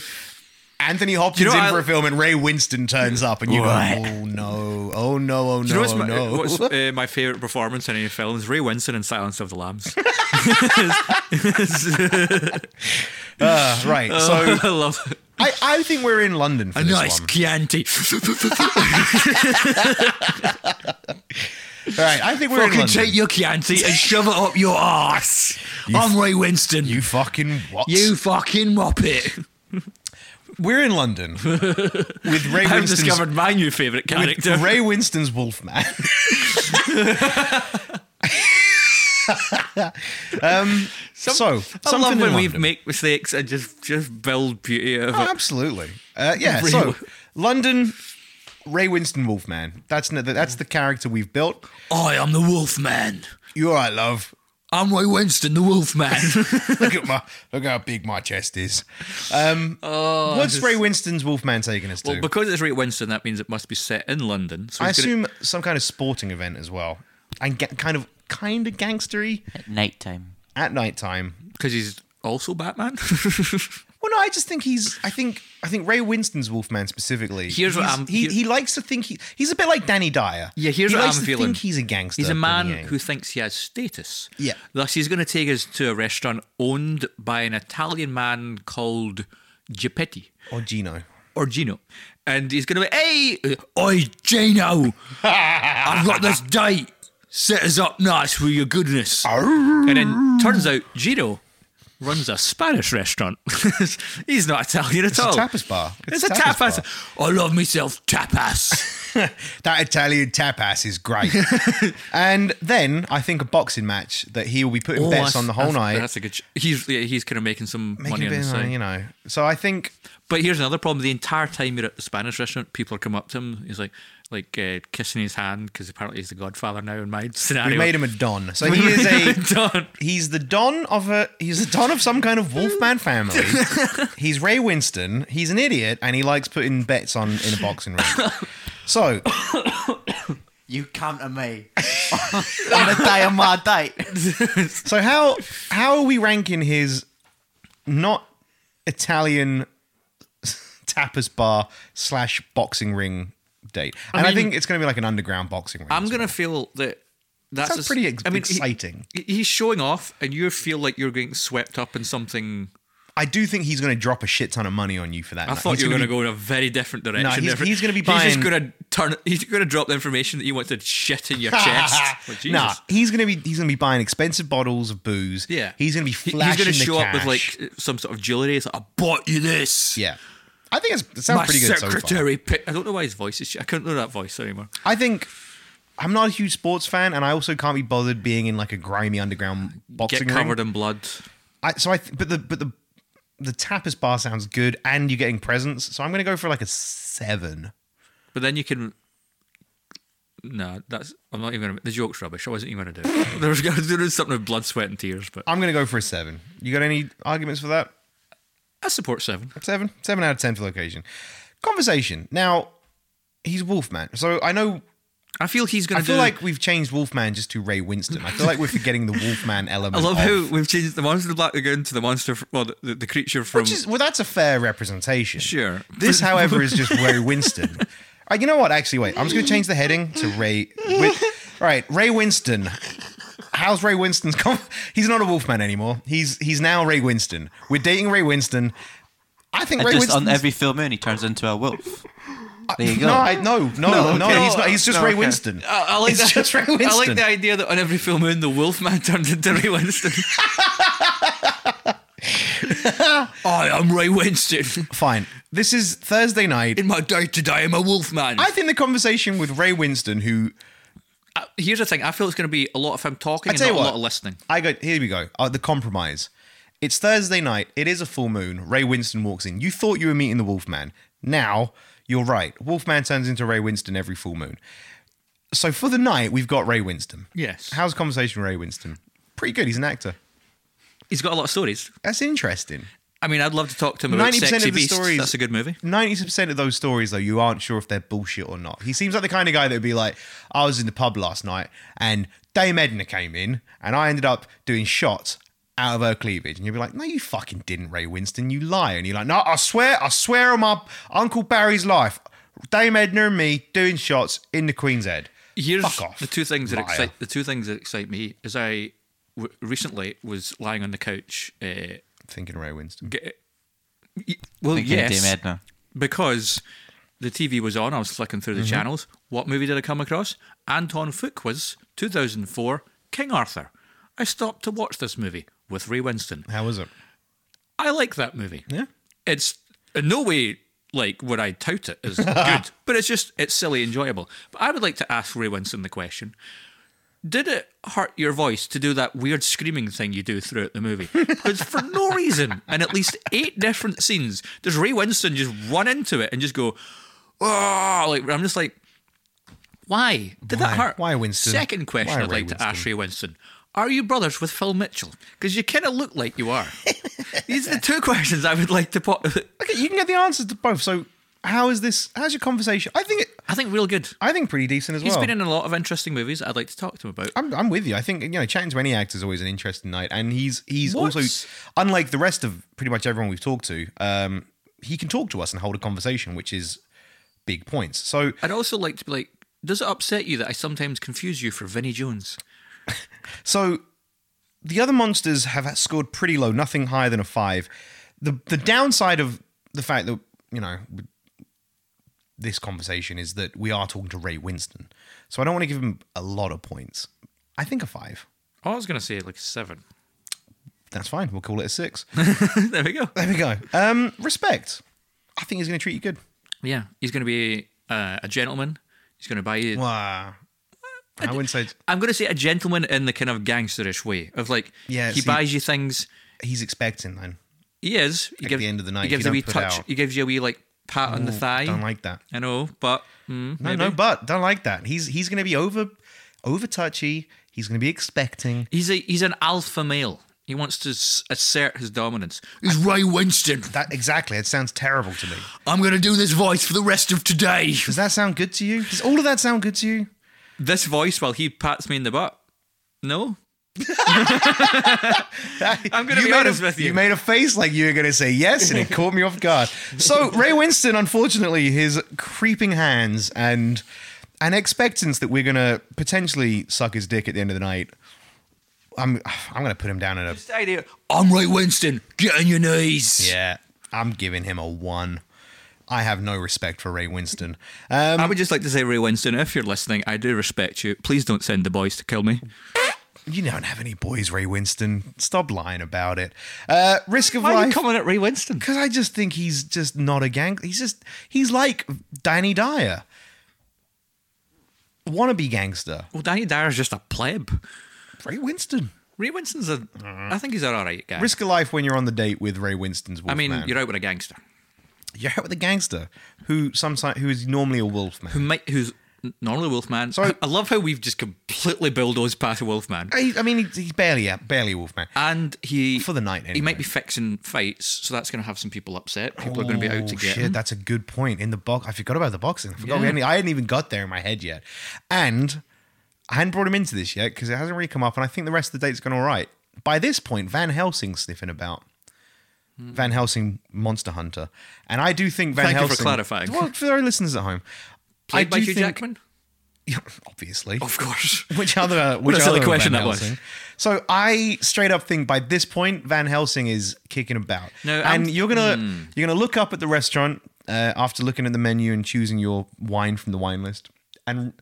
B: Anthony Hopkins
A: know,
B: in
A: I-
B: for a film and Ray Winston turns up and you
D: Right.
B: go, oh no, oh no, oh no,
A: Do you know what's
B: oh
A: my,
B: no.
A: what's, uh, my favorite performance in any film is Ray Winston in Silence of the Lambs.
B: Uh, right. So
A: I love it.
B: I, I think we're in London for this one.
A: Chianti.
B: All right. I think we're in London.
A: your Chianti and shove it up your ass. I'm Ray Winston.
B: you fucking what?
A: fucking muppet.
B: We're in London with Ray
A: I've
B: Winston's
A: discovered my new favorite
B: with
A: character.
B: Ray Winston's Wolfman. um, so
A: I
B: something
A: love
B: in
A: when we
B: London.
A: make mistakes and just just build beauty out of
B: Oh,
A: it.
B: absolutely. Uh, yeah. So, London, Ray Winston Wolfman. That's n- that's the character we've built.
A: I am the Wolfman.
B: You all right, love?
A: I'm Ray Winston, the Wolfman.
B: Look at my look how big my chest is. Um, what's Ray Winston's Wolfman taking us to?
A: Oh, well, because it's Ray Winston, that means it must be set in London. So
B: I
A: he's gonna-
B: assume some kind of sporting event as well, and ga- kind of kind of gangstery
D: At nighttime.
B: at nighttime.
A: because he's also Batman.
B: Well, no, I just think he's. I think I think Ray Winston's Wolfman specifically.
A: Here's what
B: he's-
A: I'm-
B: he,
A: here-
B: he likes to think he he's a bit like Danny Dyer.
A: Yeah, here's
B: he
A: what
B: likes
A: I'm
B: to
A: feeling.
B: Think he's a gangster.
A: he's a
B: but he
A: man
B: ain't.
A: who thinks he has status.
B: Yeah.
A: Thus, he's going to take us to a restaurant owned by an Italian man called Giappetti
B: or Gino.
A: or Gino, and he's going to be, "Hey, oi, Gino, I've got this date. Set us up nice with your goodness." And then turns out Gino runs a Spanish restaurant. he's not Italian at
B: a
A: all.
B: tapas bar.
A: Oh. It's,
B: It's
A: a
B: a
A: tapas.
B: tapas
A: I love myself tapas.
B: That Italian tapas is great. and then I think a boxing match that he will be putting
A: that's-
B: bets on the whole
A: Oh, that's-
B: night.
A: That's a good. Sh- he's yeah, he's kind of making some
B: making
A: money
B: a
A: on
B: bit
A: the
B: of
A: side.
B: money, you know. So I think
A: But here's another problem: the entire time you're at the Spanish restaurant, people are coming up to him. He's like, like uh, kissing his hand because apparently he's the godfather now in my scenario.
B: we made him a don. So he is a
A: Don.
B: he's the don of a he's the don of some kind of wolfman family. he's Ray Winston. He's an idiot, and he likes putting bets on in a boxing ring. So
D: You come to me on the day of my date.
B: so how how are we ranking his not Italian tapas bar slash boxing ring date? And I,
A: mean-
B: think it's going to be like an underground boxing ring.
A: I'm
B: as
A: gonna
B: well.
A: feel that. That's
B: Sounds
A: a s-
B: pretty ex-
A: I mean, he-
B: exciting.
A: he- he's showing off, and you feel like you're getting swept up in something.
B: I do think he's going to drop a shit ton of money on you for that.
A: I
B: night.
A: thought
B: He's
A: you were going
B: gonna
A: to go in a very different direction.
B: he's-
A: there.
B: he's gonna be
A: He's
B: buying-
A: just going to turn. He's going to drop the information that you want to shit in your chest. Oh, Well, Jesus.
B: Nah, he's gonna be he's gonna be buying expensive bottles of booze.
A: Yeah.
B: he's gonna be
A: He- He's
B: flashing
A: going to
B: the
A: show up with
B: cash.
A: like some sort of jewelry. It's like, I bought you this.
B: yeah. I think it's, it sounds
A: My
B: pretty good so far.
A: secretary picked. I don't know why his voice is. sh- I couldn't know that voice anymore.
B: I think I'm not a huge sports fan, and I also can't be bothered being in like a grimy underground boxing
A: Get
B: ring.
A: covered in blood.
B: I, so I th- but the but the the tapas bar sounds good, and you're getting presents. So I'm gonna go for like a seven.
A: But then you can. No, that's. I'm not even going to. The joke's rubbish. I wasn't even going to do it. There was, there was something with blood, sweat, and tears, but
B: I'm gonna go for a seven. You got any arguments for that?
A: I support seven.
B: Seven, seven out of ten for location. Conversation. Now, he's Wolfman, so I know
A: I feel he's going
B: I
A: to
B: feel
A: do.
B: like we've changed Wolfman just to Ray Winston. I feel like we're forgetting the Wolfman element.
A: I love
B: of-
A: how we've changed the monster of the Black Lagoon to the monster, fr- well, the, the, the creature from.
B: Which is, well, that's a fair representation.
A: Sure.
B: This, however, is just Ray Winston. Uh, you know what? Actually, wait. I'm just going to change the heading to Ray. Win- All right, Ray Winston. How's Ray Winston's? Con- he's not a Wolfman anymore. He's he's now Ray Winston. We're dating Ray Winston. I think
D: And
B: Ray
D: just
B: Winston.
D: on every full moon, he turns into a wolf. There you
B: Uh,
D: go.
B: no, I, no, no, no,
D: No, okay.
B: He's not. He's just
D: No,
B: Ray
D: okay.
B: Winston.
A: I, I like
B: it's
A: that.
B: just Ray Winston.
A: I like the idea that on every film in the Wolfman turned into Ray Winston. I am Ray Winston.
B: Fine. This is Thursday night.
A: In my day to day, I'm a wolf man.
B: I think the conversation with Ray Winston, who
A: Uh, here's the thing. I feel it's going to be a lot of him talking
B: I
A: and
B: tell
A: not
B: you
A: a
B: what,
A: lot of listening.
B: I got here we go. Uh, the compromise. It's Thursday night. It is a full moon. Ray Winston walks in. You thought you were meeting the Wolfman. Now you're right. Wolfman turns into Ray Winston every full moon. So for the night, we've got Ray Winston.
A: Yes.
B: How's the conversation with Ray Winston? Pretty good. He's an actor.
A: He's got a lot of stories.
B: That's interesting.
A: I mean, I'd love to talk to him about
B: 90% of
A: Sexy
B: the
A: Beast.
B: stories-
A: That's a good movie.
B: Ninety percent of those stories, though, you aren't sure if they're bullshit or not. He seems like the kind of guy that would be like, "I was in the pub last night, and Dame Edna came in, and I ended up doing shots out of her cleavage." And you'd be like, "No, you fucking didn't, Ray Winston. You lie." And you're like, "No, I swear, I swear on my Uncle Barry's life, Dame Edna and me doing shots in the Queen's Head."
A: Here's
B: Fuck off,
A: the two things that
B: liar.
A: excite the two things that excite me is I w- recently was lying on the couch. Uh,
B: Thinking Ray Winston.
A: g- y- well,
D: Thinking of
A: yes,
D: Dame Edna.
A: because the TV was on. I was flicking through
D: Mm-hmm.
A: the channels. What movie did I come across? Anton Fuqua's 2004 King Arthur. I stopped to watch this movie with Ray Winston.
B: How was it?
A: I like that movie.
B: Yeah.
A: It's in no way like what I tout it as good, but it's just it's silly, enjoyable. But I would like to ask Ray Winston the question. Did it hurt your voice to do that weird screaming thing you do throughout the movie? Because for no reason, in at least eight different scenes, does Ray Winston just run into it and just go, oh, like I'm just like, why did
B: Why?
A: that hurt?
B: Why, Winston?
A: Second question
B: Why,
A: I'd
B: Ray
A: like to ask Ray Winston: Are you brothers with Phil Mitchell? Because you kind of look like you are. These are the two questions I would like to put.
B: Okay, you can get the answers to both. So, how is this? How's your conversation? I think it.
A: I think real good.
B: I think pretty decent as
A: He's
B: well.
A: been in a lot of interesting movies. that I'd like to talk to him about.
B: I'm, I'm with you. I think you know chatting to any actor is always an interesting night, and he's he's
A: What's-
B: also unlike the rest of pretty much everyone we've talked to. Um, he can talk to us and hold a conversation, which is big points. So
A: I'd also like to be like, does it upset you that I sometimes confuse you for Vinnie Jones?
B: so the other monsters have scored pretty low, nothing higher than a five. The the downside of the fact that you know this conversation is that we are talking to Ray Winston, so I don't want to give him a lot of points. I think a five.
A: Oh, I was going to say like seven.
B: That's fine. We'll call it a six.
A: there we go.
B: There we go. Um, respect. I think he's going to treat you good.
A: Yeah, he's going to be uh, a gentleman. He's going to buy you.
B: Wow. I wouldn't say it's-
A: I'm going to say a gentleman in the kind of gangsterish way of like,
B: Yeah,
A: he
B: see-
A: buys you things.
B: he's expecting then.
A: He is. He
B: At the end of the night,
A: he
B: if
A: gives
B: you
A: a
B: don't
A: wee
B: put
A: touch.
B: out-
A: He gives you a wee like pat on the thigh.
B: Don't like that.
A: I know, but mm,
B: No,
A: maybe.
B: no, but don't like that. He's he's going to be over over touchy. He's going to be expecting.
A: he's a he's an alpha male. He wants to s- assert his dominance. He's Ray Winston.
B: That exactly. It sounds terrible to me.
A: I'm going to do this voice for the rest of today.
B: Does that sound good to you? Does all of that sound good to you?
A: This voice while he pats me in the butt. No, I'm gonna be
B: made
A: honest
B: a,
A: with you.
B: You made a face like you were going to say yes, and it caught me off guard. So Ray Winston, unfortunately, his creeping hands and an expectance that we're going to potentially suck his dick at the end of the night. I'm I'm going to put him down in a
A: Just the idea. I'm Ray Winston. Get on your knees.
B: yeah. I'm giving him a one. I have no respect for Ray Winston.
A: I
B: Um,
A: would just like to say, Ray Winston, if you're listening, I do respect you. Please don't send the boys to kill me.
B: you don't have any boys, Ray Winston. Stop lying about it. Uh, risk of
A: Why are you
B: life.
A: coming at Ray Winston?
B: Because I just think he's just not a gang. He's just he's like Danny Dyer, wannabe gangster.
A: Well, Danny Dyer's just a pleb.
B: Ray Winston.
A: Ray Winston's a.
B: Mm-hmm.
A: I think he's an alright guy.
B: Risk of life when you're on the date with Ray Winston's wolf
A: I mean,
B: man.
A: you're out with a gangster
B: You're out with a gangster who sometimes who is normally a wolf
A: who
B: man.
A: might, who's n- normally Wolfman.
B: So-
A: I love how we've just completely bulldozed past a Wolfman,
B: I, I mean, he's- he's barely a barely a wolf man.
A: and he
B: For the night,
A: He
B: anyway.
A: might be fixing fights, so that's going to have some people upset. People are going to be out to
B: Oh,
A: get
B: shit,
A: him.
B: That's a good point. In the box, I forgot about the boxing. I forgot we
A: Yeah.
B: hadn't, I hadn't even got there in my head yet, and I hadn't brought him into this yet because it hasn't really come up. And I think the rest of the date's gone all right. By this point, Van Helsing's sniffing about. Van Helsing, Monster Hunter, and I do think
A: Hmm.
B: Van
A: Thank you for
B: Helsing.
A: clarifying.
B: Well, for our listeners at home,
A: Played
B: I
A: by
B: do
A: Hugh
B: think,
A: Jackman,
B: obviously.
A: of course.
B: Which other? Which
A: a silly
B: other
A: question
B: Van
A: that was.
B: Helsing? So I straight up think by this point Van Helsing is kicking about.
A: No,
B: and
A: I'm- Hmm.
B: you're gonna you're gonna look up at the restaurant uh, after looking at the menu and choosing your wine from the wine list, and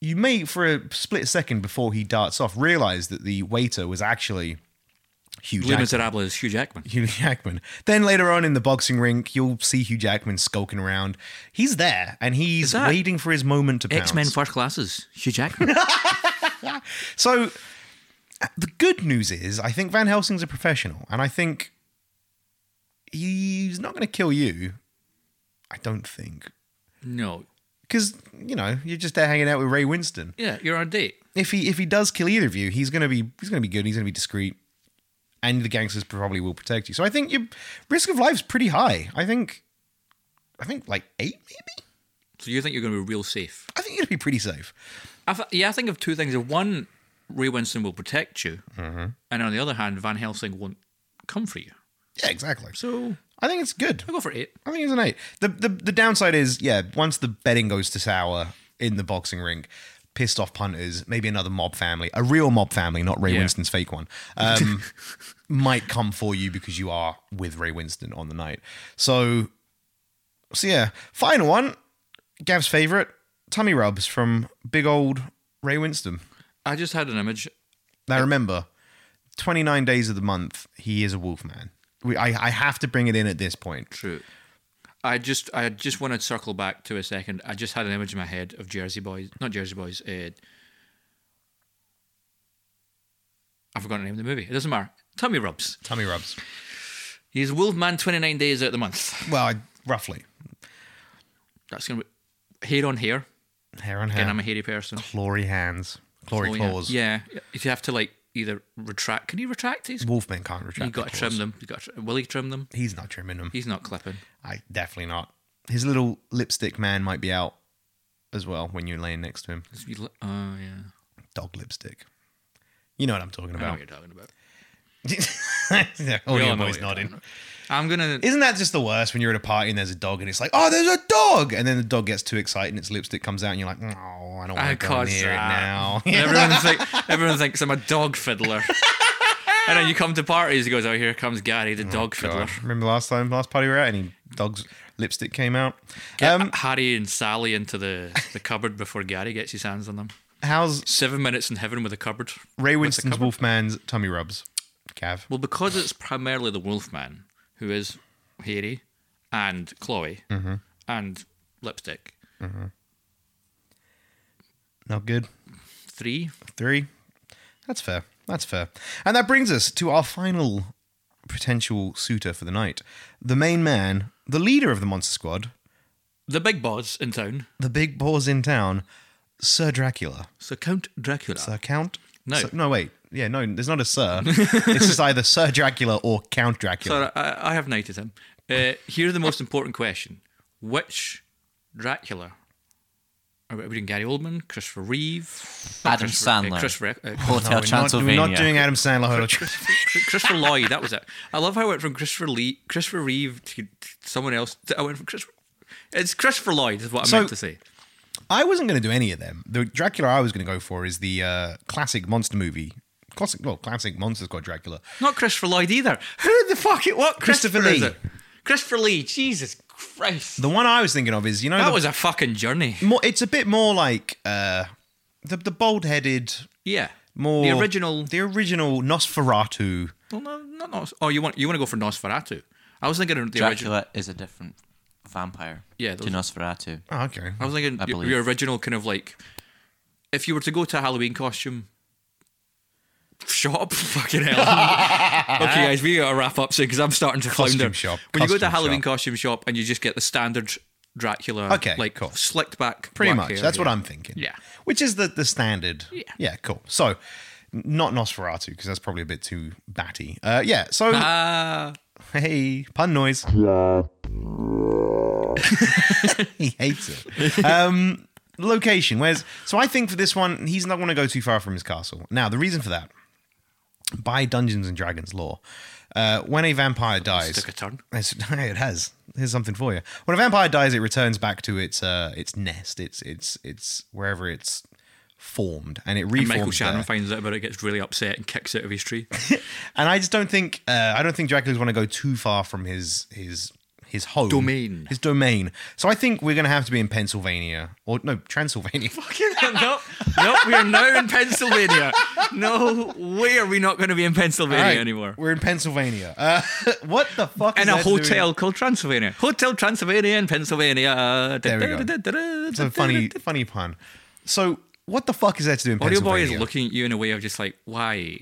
B: you may for a split second before he darts off realize that the waiter was actually Hugh
A: Les
B: Jackman.
A: Miserables is Hugh Jackman.
B: Hugh Jackman. Then later on in the boxing rink, you'll see Hugh Jackman skulking around. He's there and he's
A: that
B: waiting for his moment to pounce.
A: X Men First Classes, Hugh Jackman.
B: So the good news is, I think Van Helsing's a professional, and I think he's not going to kill you. I don't think.
A: no.
B: Because you know you're just there hanging out with Ray Winston.
A: Yeah, you're on a date.
B: If he if he does kill either of you, he's gonna be he's gonna be good. He's gonna be discreet, and the gangsters probably will protect you. So I think your risk of life's pretty high. I think, I think like eight maybe.
A: So you think you're going to be real safe?
B: I think you're gonna be pretty safe.
A: I th- yeah, I think of two things. One, Ray Winston will protect you, and on the other hand, Van Helsing won't come for you.
B: Yeah, exactly.
A: So
B: I think it's good.
A: I go for eight.
B: I think it's an eight. The, the the downside is, yeah, once the betting goes to sour in the boxing rink, pissed off punters, maybe another mob family, a real mob family, not Ray
A: Yeah.
B: Winston's fake one, um, might come for you because you are with Ray Winston on the night. So, so yeah, final one, Gav's favorite, tummy rubs from big old Ray Winston.
A: I just had an image.
B: Now remember, 29 days of the month, he is a wolf man. We, I, I have to bring it in at this point.
A: True. I just, I just want to circle back to a second. I just had an image in my head of Jersey Boys, not Jersey Boys. Uh, I forgot the name of the movie. It doesn't matter. Tummy rubs.
B: Tummy rubs.
A: He's Wolfman twenty nine days out of the month.
B: Well, I, roughly.
A: That's gonna be hair on hair.
B: Hair on hair.
A: Again, I'm a hairy person.
B: Glory hands. Glory
A: Oh, yeah.
B: claws.
A: Yeah. If you have to like either retract, can you retract these?
B: Wolfman can't retract.
A: You got
B: the
A: to
B: claws.
A: trim them. You got to, will he trim them?
B: He's not trimming them.
A: He's not clipping.
B: I definitely not. His little lipstick man might be out as well when you're laying next to him.
A: It's- you li- Oh yeah,
B: Dog lipstick. You know what I'm talking
A: I know
B: about.
A: what you're talking about.
B: yeah, all
A: We
B: your
A: all know
B: boys
A: what you're
B: nodding.
A: talking about. I'm gonna.
B: Isn't that just the worst when you're at a party and there's a dog and it's like, oh, there's a dog, and then the dog gets too excited and its lipstick comes out and you're like, oh, I don't
A: I
B: want to go
A: caused
B: near it
A: that.
B: now.
A: And Everyone, think, everyone thinks I'm a dog fiddler. and then you come to parties, he goes, "Oh, here comes Gary, the dog fiddler."
B: God. Remember last time, last party we were at, any dog's lipstick came out.
A: Get
B: Um,
A: Harry and Sally into the, the cupboard before Gary gets his hands on them.
B: how's
A: Seven minutes in heaven with a cupboard.
B: Ray Winston's Wolfman's tummy rubs. Cav.
A: Well, because it's primarily the Wolfman, who is hairy, and Chloe,
B: Mm-hmm.
A: and lipstick.
B: Not good.
A: Three.
B: Three. That's fair. That's fair. And that brings us to our final potential suitor for the night. The main man, the leader of the Monster Squad,
A: The big boss in town.
B: the big boss in town, Sir Dracula.
A: So Count Dracula.
B: Sir Count?
A: No.
B: Sir- no, wait. Yeah, no, there's not a Sir. it's just either Sir Dracula or Count Dracula.
A: Sorry, I, I have knighted him. Uh, here's the most important question: Which Dracula? Are we are we doing Gary Oldman, Christopher Reeve,
D: Adam
A: Christopher,
D: Sandler.
A: uh, Christopher, uh,
D: Hotel
B: We're not, we're
D: Transylvania.
B: not doing Adam Sandler. Hotel Transylvania.
A: Christopher Lloyd? That was it. I love how I went from Christopher Lee, Christopher Reeve to, to someone else. To, I went from Christopher. It's Christopher Lloyd, is what I
B: So-
A: meant to say.
B: I wasn't going to do any of them. The Dracula I was going to go for is the uh, classic monster movie. Classic, well, classic monster called Dracula.
A: Not Christopher Lloyd either. Who the fuck? it- What
B: Christopher
A: Christopher is
B: Lee.
A: it? Christopher Lee. Jesus Christ.
B: The one I was thinking of is, you know,
A: that
B: the,
A: was a fucking journey.
B: more, it's a bit more like uh, the the bald headed,
A: Yeah.
B: more
A: the original.
B: the original Nosferatu.
A: Well, no, not Nos- Oh, you want you want to go for Nosferatu? I was thinking of the original.
D: Dracula is a different vampire.
A: Yeah,
D: to
A: those-
D: Nosferatu.
B: Oh, okay.
A: I was thinking
D: I
A: your,
D: believe.
A: your original kind of like, if you were to go to a Halloween costume shop, fucking hell. okay, guys, we gotta wrap up soon because I'm starting to
B: Costume
A: flounder.
B: shop,
A: When you go to a
B: costume
A: Halloween
B: shop.
A: costume shop and you just get the standard Dracula,
B: Okay,
A: like
B: cool.
A: slicked back,
B: Pretty
A: black
B: much.
A: hair.
B: That's what I'm thinking.
A: Yeah.
B: Which is the, the standard.
A: Yeah.
B: cool. So, not Nosferatu, because that's probably a bit too batty. Uh, yeah, so.
A: Ah,
B: Hey, pun noise. he hates it. Um, location. Where's so? I think for this one, he's not going to go too far from his castle. Now, the reason for that, by Dungeons and Dragons lore, uh, when a vampire dies,
A: took a turn.
B: it's- it has. Here's something for you. When a vampire dies, it returns back to its uh, its nest. It's it's it's wherever it's formed, and it reforms.
A: Michael Shannon
B: there.
A: finds out about it, gets really upset and kicks out of his tree.
B: And I just don't think uh, I don't think Dracula's want to go too far from his his his home
A: Domain.
B: His domain. So I think we're going to have to be in Pennsylvania or no, Transylvania.
A: nope, nope, we are now in Pennsylvania. No way are we not going to be in Pennsylvania
B: Alright,
A: anymore.
B: We're in Pennsylvania. Uh, what the fuck?
A: In
B: is
A: a
B: that to do with-
A: hotel called Transylvania. Hotel Transylvania in Pennsylvania.
B: There we go.
A: It's
B: It's a funny, funny pun. So what the fuck is that to do in
A: Audio Boy
B: Pennsylvania?
A: is looking at you in a way of just like, why?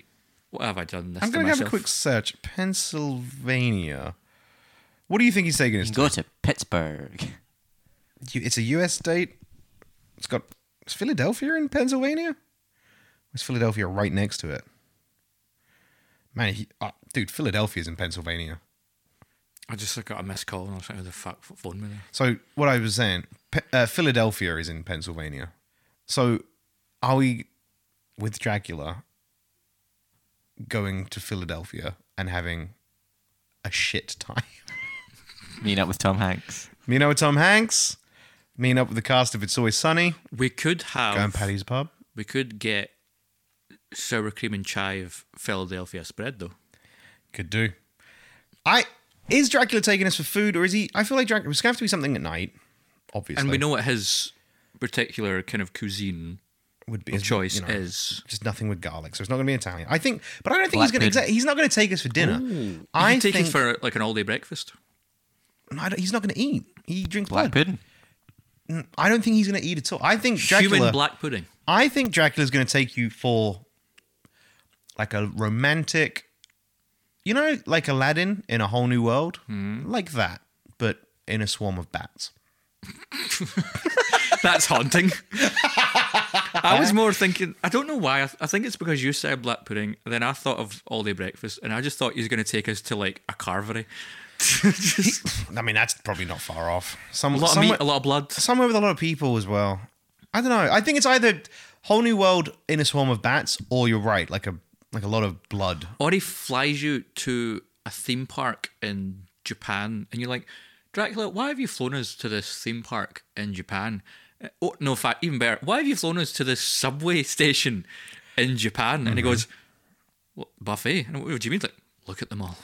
A: What have I done this
B: I'm
A: to
B: going to
A: myself?
B: have a quick search. Pennsylvania. What do you think he's taking us to?
D: You can go to Pittsburgh.
B: It's a U.S. state. It's got is Philadelphia in Pennsylvania. Is Philadelphia right next to it? Man, he, oh, dude, Philadelphia's in Pennsylvania.
A: I just got a missed call and I was like, who the fuck phoned me? there?
B: So what I was saying, Pe- uh, Philadelphia is in Pennsylvania. So are we with Dracula going to Philadelphia and having a shit time?
D: Meet up with Tom Hanks.
B: Meeting up with Tom Hanks. Meeting up with the cast of It's Always Sunny.
A: We could have.
B: Going Paddy's pub.
A: We could get sour cream and chive Philadelphia spread though.
B: Could do. I is Dracula taking us for food, or is he? I feel like Dracula. It's gonna have to be something at night, obviously.
A: And we know what his particular kind of cuisine
B: would be
A: of
B: is,
A: choice
B: you know,
A: is.
B: just nothing with garlic, so it's not gonna be Italian. I think, but I don't think
D: Black
B: he's gonna.
D: pudding.
B: exa- he's not gonna take us for dinner.
A: I
B: I
A: take
B: think
A: it for like an all day breakfast.
B: no, I don't- he's not gonna eat. He drinks
D: Black
B: blood.
D: pudding.
B: I don't think he's gonna eat at all. I think Dracula.
A: Human black pudding.
B: I think Dracula's going to take you for like a romantic, you know, like Aladdin in a whole new world,
A: Hmm.
B: like that, but in a swarm of bats.
A: That's haunting. I
B: Eh?
A: was more thinking. I don't know why. I, th- I think it's because you said black pudding. Then I thought of all day breakfast, and I just thought he was going to take us to like a carvery. just
B: I mean, that's probably not far off. Some,
A: a lot of
B: somewhere,
A: meat, a lot of blood.
B: somewhere with a lot of people as well. I don't know. I think it's either whole new world in a swarm of bats, or you're right, like a like a lot of blood.
A: Or he flies you to a theme park in Japan, and you're like, Dracula, why have you flown us to this theme park in Japan? Uh, Oh, no, in fact, even better, why have you flown us to this subway station in Japan? And he
B: Mm-hmm.
A: goes, "What buffet? And what do you mean? It's Like, look at them all.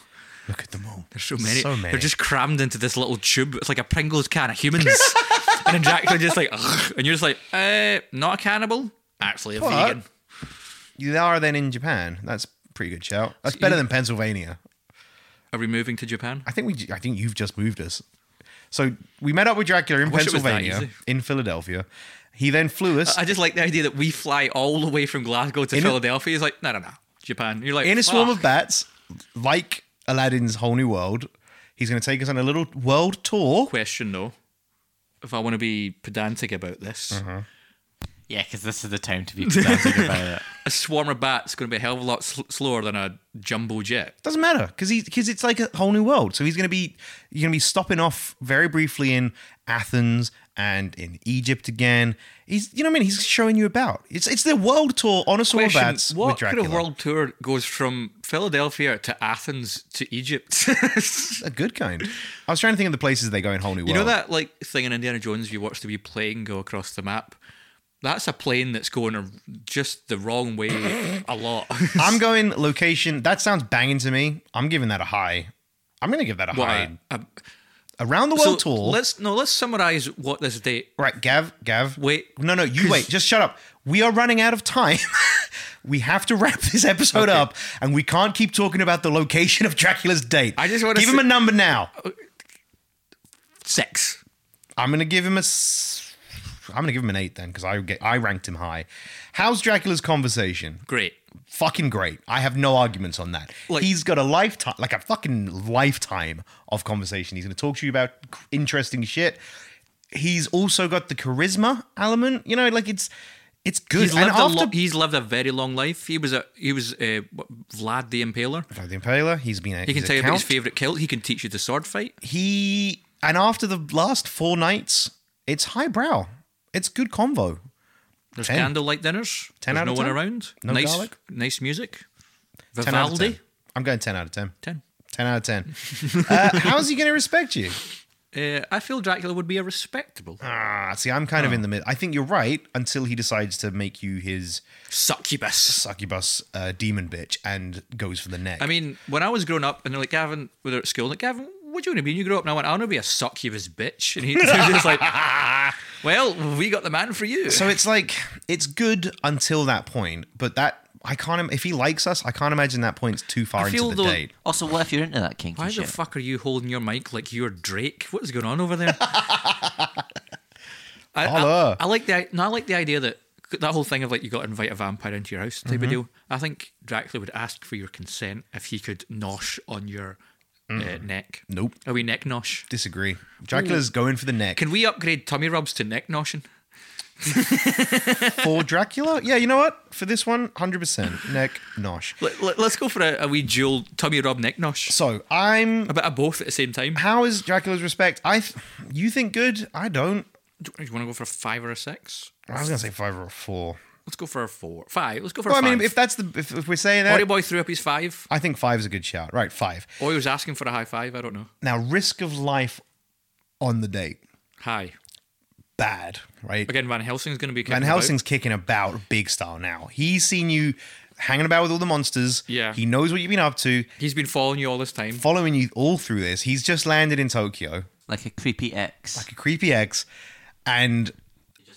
B: Look at them all.
A: There's so many.
B: So many.
A: They're just crammed into this little tube. It's like a Pringles can of humans. and then Dracula just like, "Ugh," and you're just like, uh, not a cannibal, actually a
B: What?
A: vegan.
B: you are then in Japan. That's a pretty good shout. That's better than Pennsylvania.
A: Are we moving to Japan?
B: I think we. I think you've just moved us. So we met up with Dracula in
A: wish it was that
B: Pennsylvania,
A: easy.
B: in Philadelphia. He then flew us
A: I just like the idea that we fly all the way from Glasgow to
B: In a-
A: Philadelphia. He's like, no, no, no, Japan. You're like,
B: in a swarm
A: "Fuck."
B: of bats, like Aladdin's whole new world. He's going to take us on a little world tour.
A: question though. If I want to be pedantic about this,
B: Uh-huh.
D: Yeah, because this is the time to be pedantic about it.
A: a swarm of bats going to be a hell of a lot sl- slower than a jumbo jet.
B: Doesn't matter because he because it's like a whole new world. So he's going to be you're going to be stopping off very briefly in Athens and in Egypt again. He's you know what I mean. He's showing you about. It's it's the world tour on a swarm of
A: Question,
B: bats with
A: what kind
B: Dracula.
A: of world tour goes from Philadelphia to Athens to Egypt?
B: a good kind. I was trying to think of the places they go in whole new world.
A: You know that like thing in Indiana Jones you watch the wee plane go across the map? That's a plane that's going a- just the wrong way a lot.
B: I'm going location. That sounds banging to me. I'm giving that a high. I'm going to give that a
A: What
B: high.
A: a- a-
B: Around the
A: so
B: world tour.
A: let's no, let's summarize what this date
B: right, Gav, Gav.
A: Wait,
B: No, no, you
A: 'cause-
B: wait. Just shut up. We are running out of time. we have to wrap this episode up, and we can't keep talking about the location of Dracula's date.
A: I just wanna
B: give him
A: say-
B: a number now.
A: six.
B: I'm going to give him a. s- I'm going to give him an eight then because I get I ranked him high. How's Dracula's conversation?
A: Great.
B: fucking great. I have no arguments on that.
A: Like-
B: he's got a lifetime, like a fucking lifetime of conversation. He's going to talk to you about c- interesting shit. He's also got the charisma element. You know, like it's it's good.
A: He's
B: and
A: lived, a
B: after
A: lo- he's lived a very long life. He was a he was uh, what, Vlad the Impaler.
B: Vlad the Impaler, he's been a
A: He
B: he's
A: can
B: a
A: tell you about his
B: count.
A: favorite kilt. He can teach you the sword fight.
B: He and after the last four nights, it's highbrow. It's good convo.
A: There's
B: Ten.
A: candlelight dinners.
B: 10
A: There's
B: out
A: no
B: of
A: one
B: 10.
A: around.
B: No
A: nice,
B: garlic.
A: nice music.
B: 10 out of 10.
A: Vivaldi.
B: I'm going 10 out of 10.
A: 10.
B: 10 out of 10. uh, how's he going to respect you?
A: Uh, I feel Dracula would be a respectable
B: Ah, see, I'm kind of
A: Oh.
B: in the mid. I think you're right until he decides to make you his
A: succubus.
B: succubus uh, demon bitch and goes for the neck.
A: I mean, when I was growing up, and they're like, Gavin, when they're at school, like, Gavin, what do you want to be when you grow up? And I went, I want to be a succubus bitch. And he, he was just like, well, we got the man for you.
B: So it's like it's good until that point, but that I can't. im- If he likes us, I can't imagine that point's too far
A: I
B: into
A: feel
B: the
A: though-
B: date.
D: Also, what if you're into that kinky
A: Why
D: shit?
A: the fuck are you holding your mic like you're Drake? What is going on over there? I, I-
B: Holla.
A: I like the no, I like the idea that that whole thing of like you got to invite a vampire into your house type
B: Mm-hmm.
A: of deal. I think Dracula would ask for your consent if he could nosh on your uh, neck.
B: Mm. Nope.
A: Are we neck nosh?
B: Disagree. Dracula's going for the neck
A: Can we upgrade tummy rubs to neck noshing?
B: for Dracula. Yeah, you know what? For this one, hundred percent neck nosh.
A: Let, let, us go for a, a wee dual tummy rub neck nosh.
B: So I'm.
A: A bit of both at the same time.
B: How is Dracula's respect? I. Th- you think good? I don't.
A: Do you want to go for a five or a six?
B: I was gonna say five or a four.
A: Let's go for a four. Five. Let's go for
B: Well,
A: a
B: I
A: five.
B: mean, if that's the if, if we're saying that,
A: Ori Boy threw up his five.
B: I think five's a good shout. Right, five.
A: Or Oh, he was asking for a high five. I don't know.
B: Now, risk of life on the date,
A: High.
B: bad, right?
A: Again, Van Helsing's going to be kicking
B: Van
A: about.
B: Helsing's kicking about big style now. He's seen you hanging about with all the monsters.
A: Yeah.
B: He knows what you've been up to,
A: He's been following you all this time.
B: following you all through this. He's just landed in Tokyo,
D: Like a creepy ex.
B: like a creepy ex. And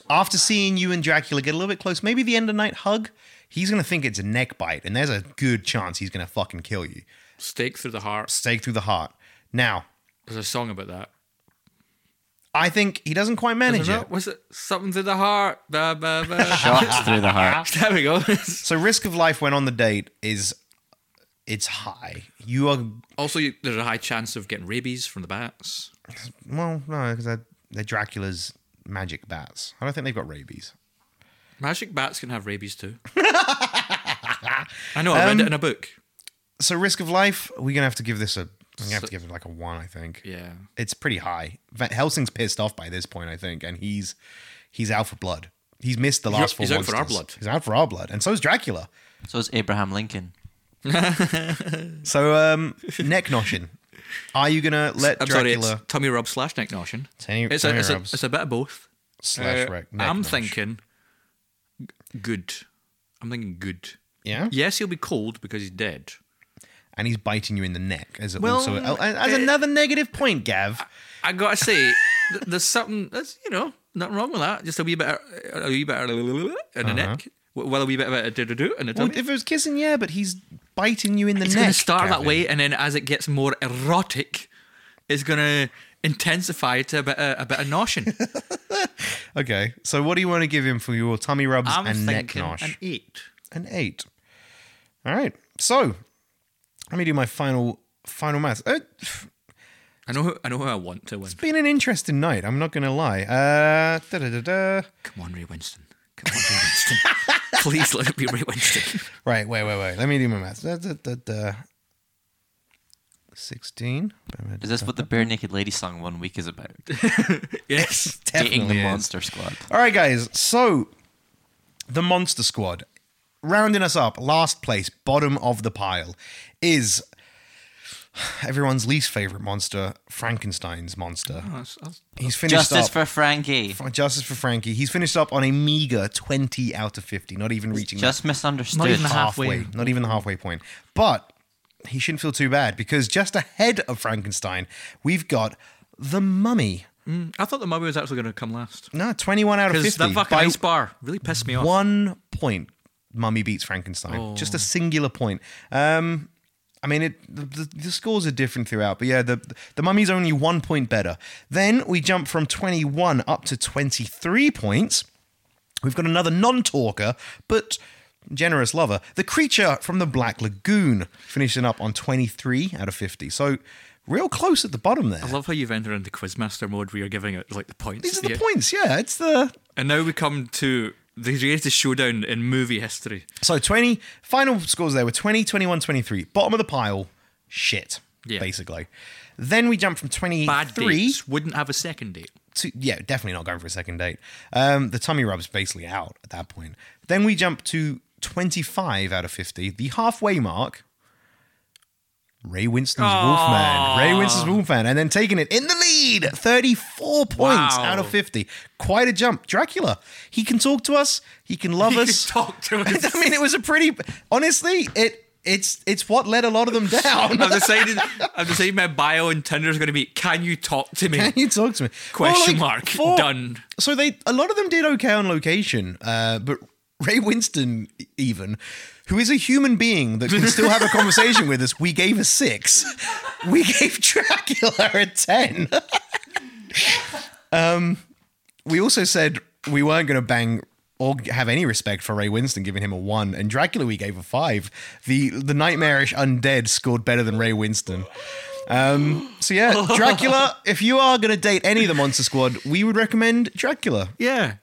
B: after seeing you and Dracula get a little bit close, maybe the end of night hug, he's going to think it's a neck bite. And there's a good chance he's going to fucking kill you.
A: Stake through the heart.
B: Stake through the heart. Now,
A: There's a song about that.
B: I think he doesn't quite manage
A: Is
B: it.
A: it? Was it something through the heart? Ba, ba, ba.
D: Shots through the heart.
A: there we go.
B: So, risk of life when on the date is. It's high. You are
A: also, you, there's a high chance of getting rabies from the bats.
B: Well, no, because they're, they're Dracula's magic bats. I don't think they've got rabies.
A: Magic bats can have rabies too. I know. I
B: Um,
A: read it in a book.
B: So risk of life, we're gonna have to give this a. I'm gonna have to give it like a one. I think
A: Yeah.
B: it's pretty high. Van Helsing's pissed off by this point, I think, and he's he's out for blood. He's missed the last four.
A: he's out for our
B: monsters.
A: blood.
B: He's out for our blood, and so is Dracula.
D: So is Abraham Lincoln.
B: So um, neck noshing. Are you gonna let
A: I'm
B: Dracula
A: sorry, it's tummy rub slash neck noshing.
B: Tummy-
A: it's,
B: tummy
A: a, it's, a,
B: rubs.
A: it's a bit of both.
B: slash
A: Uh,
B: wreck? neck
A: I'm
B: nosh?
A: thinking g- good. I'm thinking good.
B: Yeah,
A: Yes, he'll be cold because he's dead.
B: and he's biting you in the neck as a-
A: Well,
B: also as
A: it-
B: another negative point, Gav.
A: I gotta say, th- there's something that's you know nothing wrong with that. Just a wee bit, of, a wee bit of in the neck. W- Well, a wee bit of a do do do in Uh-huh. the
B: Well,
A: tummy.
B: if it was kissing, yeah, but he's biting you in the
A: it's
B: neck.
A: gonna start
B: Gavin.
A: that way, and then as it gets more erotic, it's gonna intensify to a bit of, a bit of noshing.
B: Okay, so what do you want to give him for your tummy rubs
A: I'm
B: and neck
A: thinking
B: nosh?
A: an
B: An,
A: eight.
B: eight. All right, so let me do my final final math. Uh, It's
A: I know, who, I know who I want to win.
B: been an interesting night. I'm not gonna lie. Uh, da da da da.
A: Come on, Ray Winston. Come on, Ray Winston. Please let it be Ray Winston.
B: Right, wait, wait, wait. Let me do my math. Da, da, da, da. Sixteen.
D: Is this what the bare naked lady song one week is about?
A: Yes.
D: Dating the
B: Definitely is.
D: monster squad.
B: All right, guys. So, the Monster Squad, rounding us up, last place, bottom of the pile, is everyone's least favorite monster, Frankenstein's monster.
A: That's- that's-
B: He's finished
D: Justice
B: up.
D: for Frankie.
B: Justice for Frankie. He's finished up on a meager 20 out of 50, not even reaching
D: Just
A: Not
D: misunderstood.
A: even
B: the halfway,
A: halfway.
B: not even the halfway point. But he shouldn't feel too bad because just ahead of Frankenstein, we've got the Mummy.
A: I thought the mummy was actually going to come last.
B: No, 21 out of
A: Because
B: 50.
A: that fucking
B: by
A: ice bar really pissed me off.
B: one point mummy beats frankenstein just a singular point um i mean it the, the, the scores are different throughout but yeah the the mummy's only one point better then we jump from 21 up to 23 points we've got another non-talker but generous lover the creature from the black lagoon finishing up on 23 out of 50 so real close at the bottom there
A: I love how you've entered into Quizmaster mode where you're giving out like the points.
B: these are the
A: Yeah.
B: points yeah it's the
A: And now we come to the greatest showdown in movie history.
B: So 20 final scores there were 20, 21, 23. Bottom of the pile, shit.
A: Yeah.
B: Basically. Then we jump from 23
A: Bad dates wouldn't have a second date.
B: to yeah, definitely not going for a second date. Um, the tummy rub's basically out at that point. Then we jump to 25 out of 50, the halfway mark. Ray Winston's Wolfman. Ray Winston's Wolfman. And then taking it in the lead. 34 points
A: Wow.
B: out of 50. Quite a jump. Dracula. He can talk to us. He can love
A: You
B: us.
A: talk to us.
B: I mean, it was a pretty. Honestly, it it's it's what let a lot of them down.
A: I've decided. I've decided my bio on Tinder is going to be. Can you talk to me?
B: Can you talk to me?
A: Question
B: Well, like,
A: mark.
B: for-
A: Done.
B: So they a lot of them did okay on location, uh, but Ray Winston, e, even who is a human being that can still have a conversation with us, we gave a six. We gave Dracula a ten. um, we also said we weren't going to bang. Or have any respect for Ray Winston, giving him a one, and Dracula we gave a five. The the nightmarish undead scored better than Ray Winston. So yeah, Dracula. if you are going to date any of the Monster Squad, we would recommend Dracula
A: Yeah.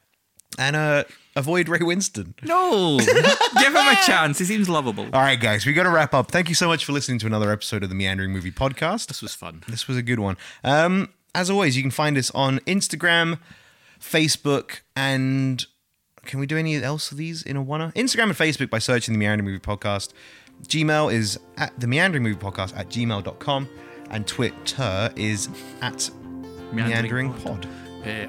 B: and uh, avoid Ray Winston.
A: No. Give him a chance. He seems lovable.
B: All right, guys, we got to wrap up. Thank you so much for listening to another episode of the Meandering Movie Podcast.
A: This was fun.
B: This was a good one. Um, as always, you can find us on Instagram, Facebook, and can we do any else of these in a one? Instagram and Facebook by searching the Meandering Movie Podcast. Gmail is at the Meandering Movie Podcast at gmail.com, and Twitter is at Meandering, Pod.
A: Uh,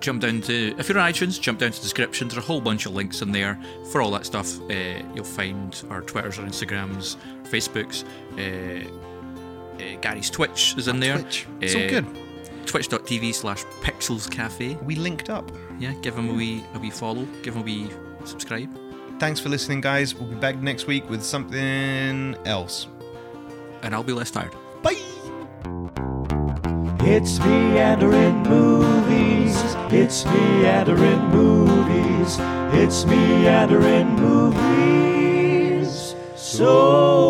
A: jump down to if you're on iTunes, jump down to the description. There's a whole bunch of links in there for all that stuff. Uh, you'll find our Twitters, our Instagrams, Facebooks. Uh, uh, Gary's Twitch is in there. Uh,
B: Twitch. It's all good.
A: Twitch.tv slash Pixels Cafe.
B: We linked up.
A: Yeah, give him a wee a wee follow. Give him a wee subscribe.
B: Thanks for listening, guys. We'll be back next week with something else.
A: And I'll be less tired.
B: Bye.
C: It's meandering movies. It's meandering movies. It's meandering movies. So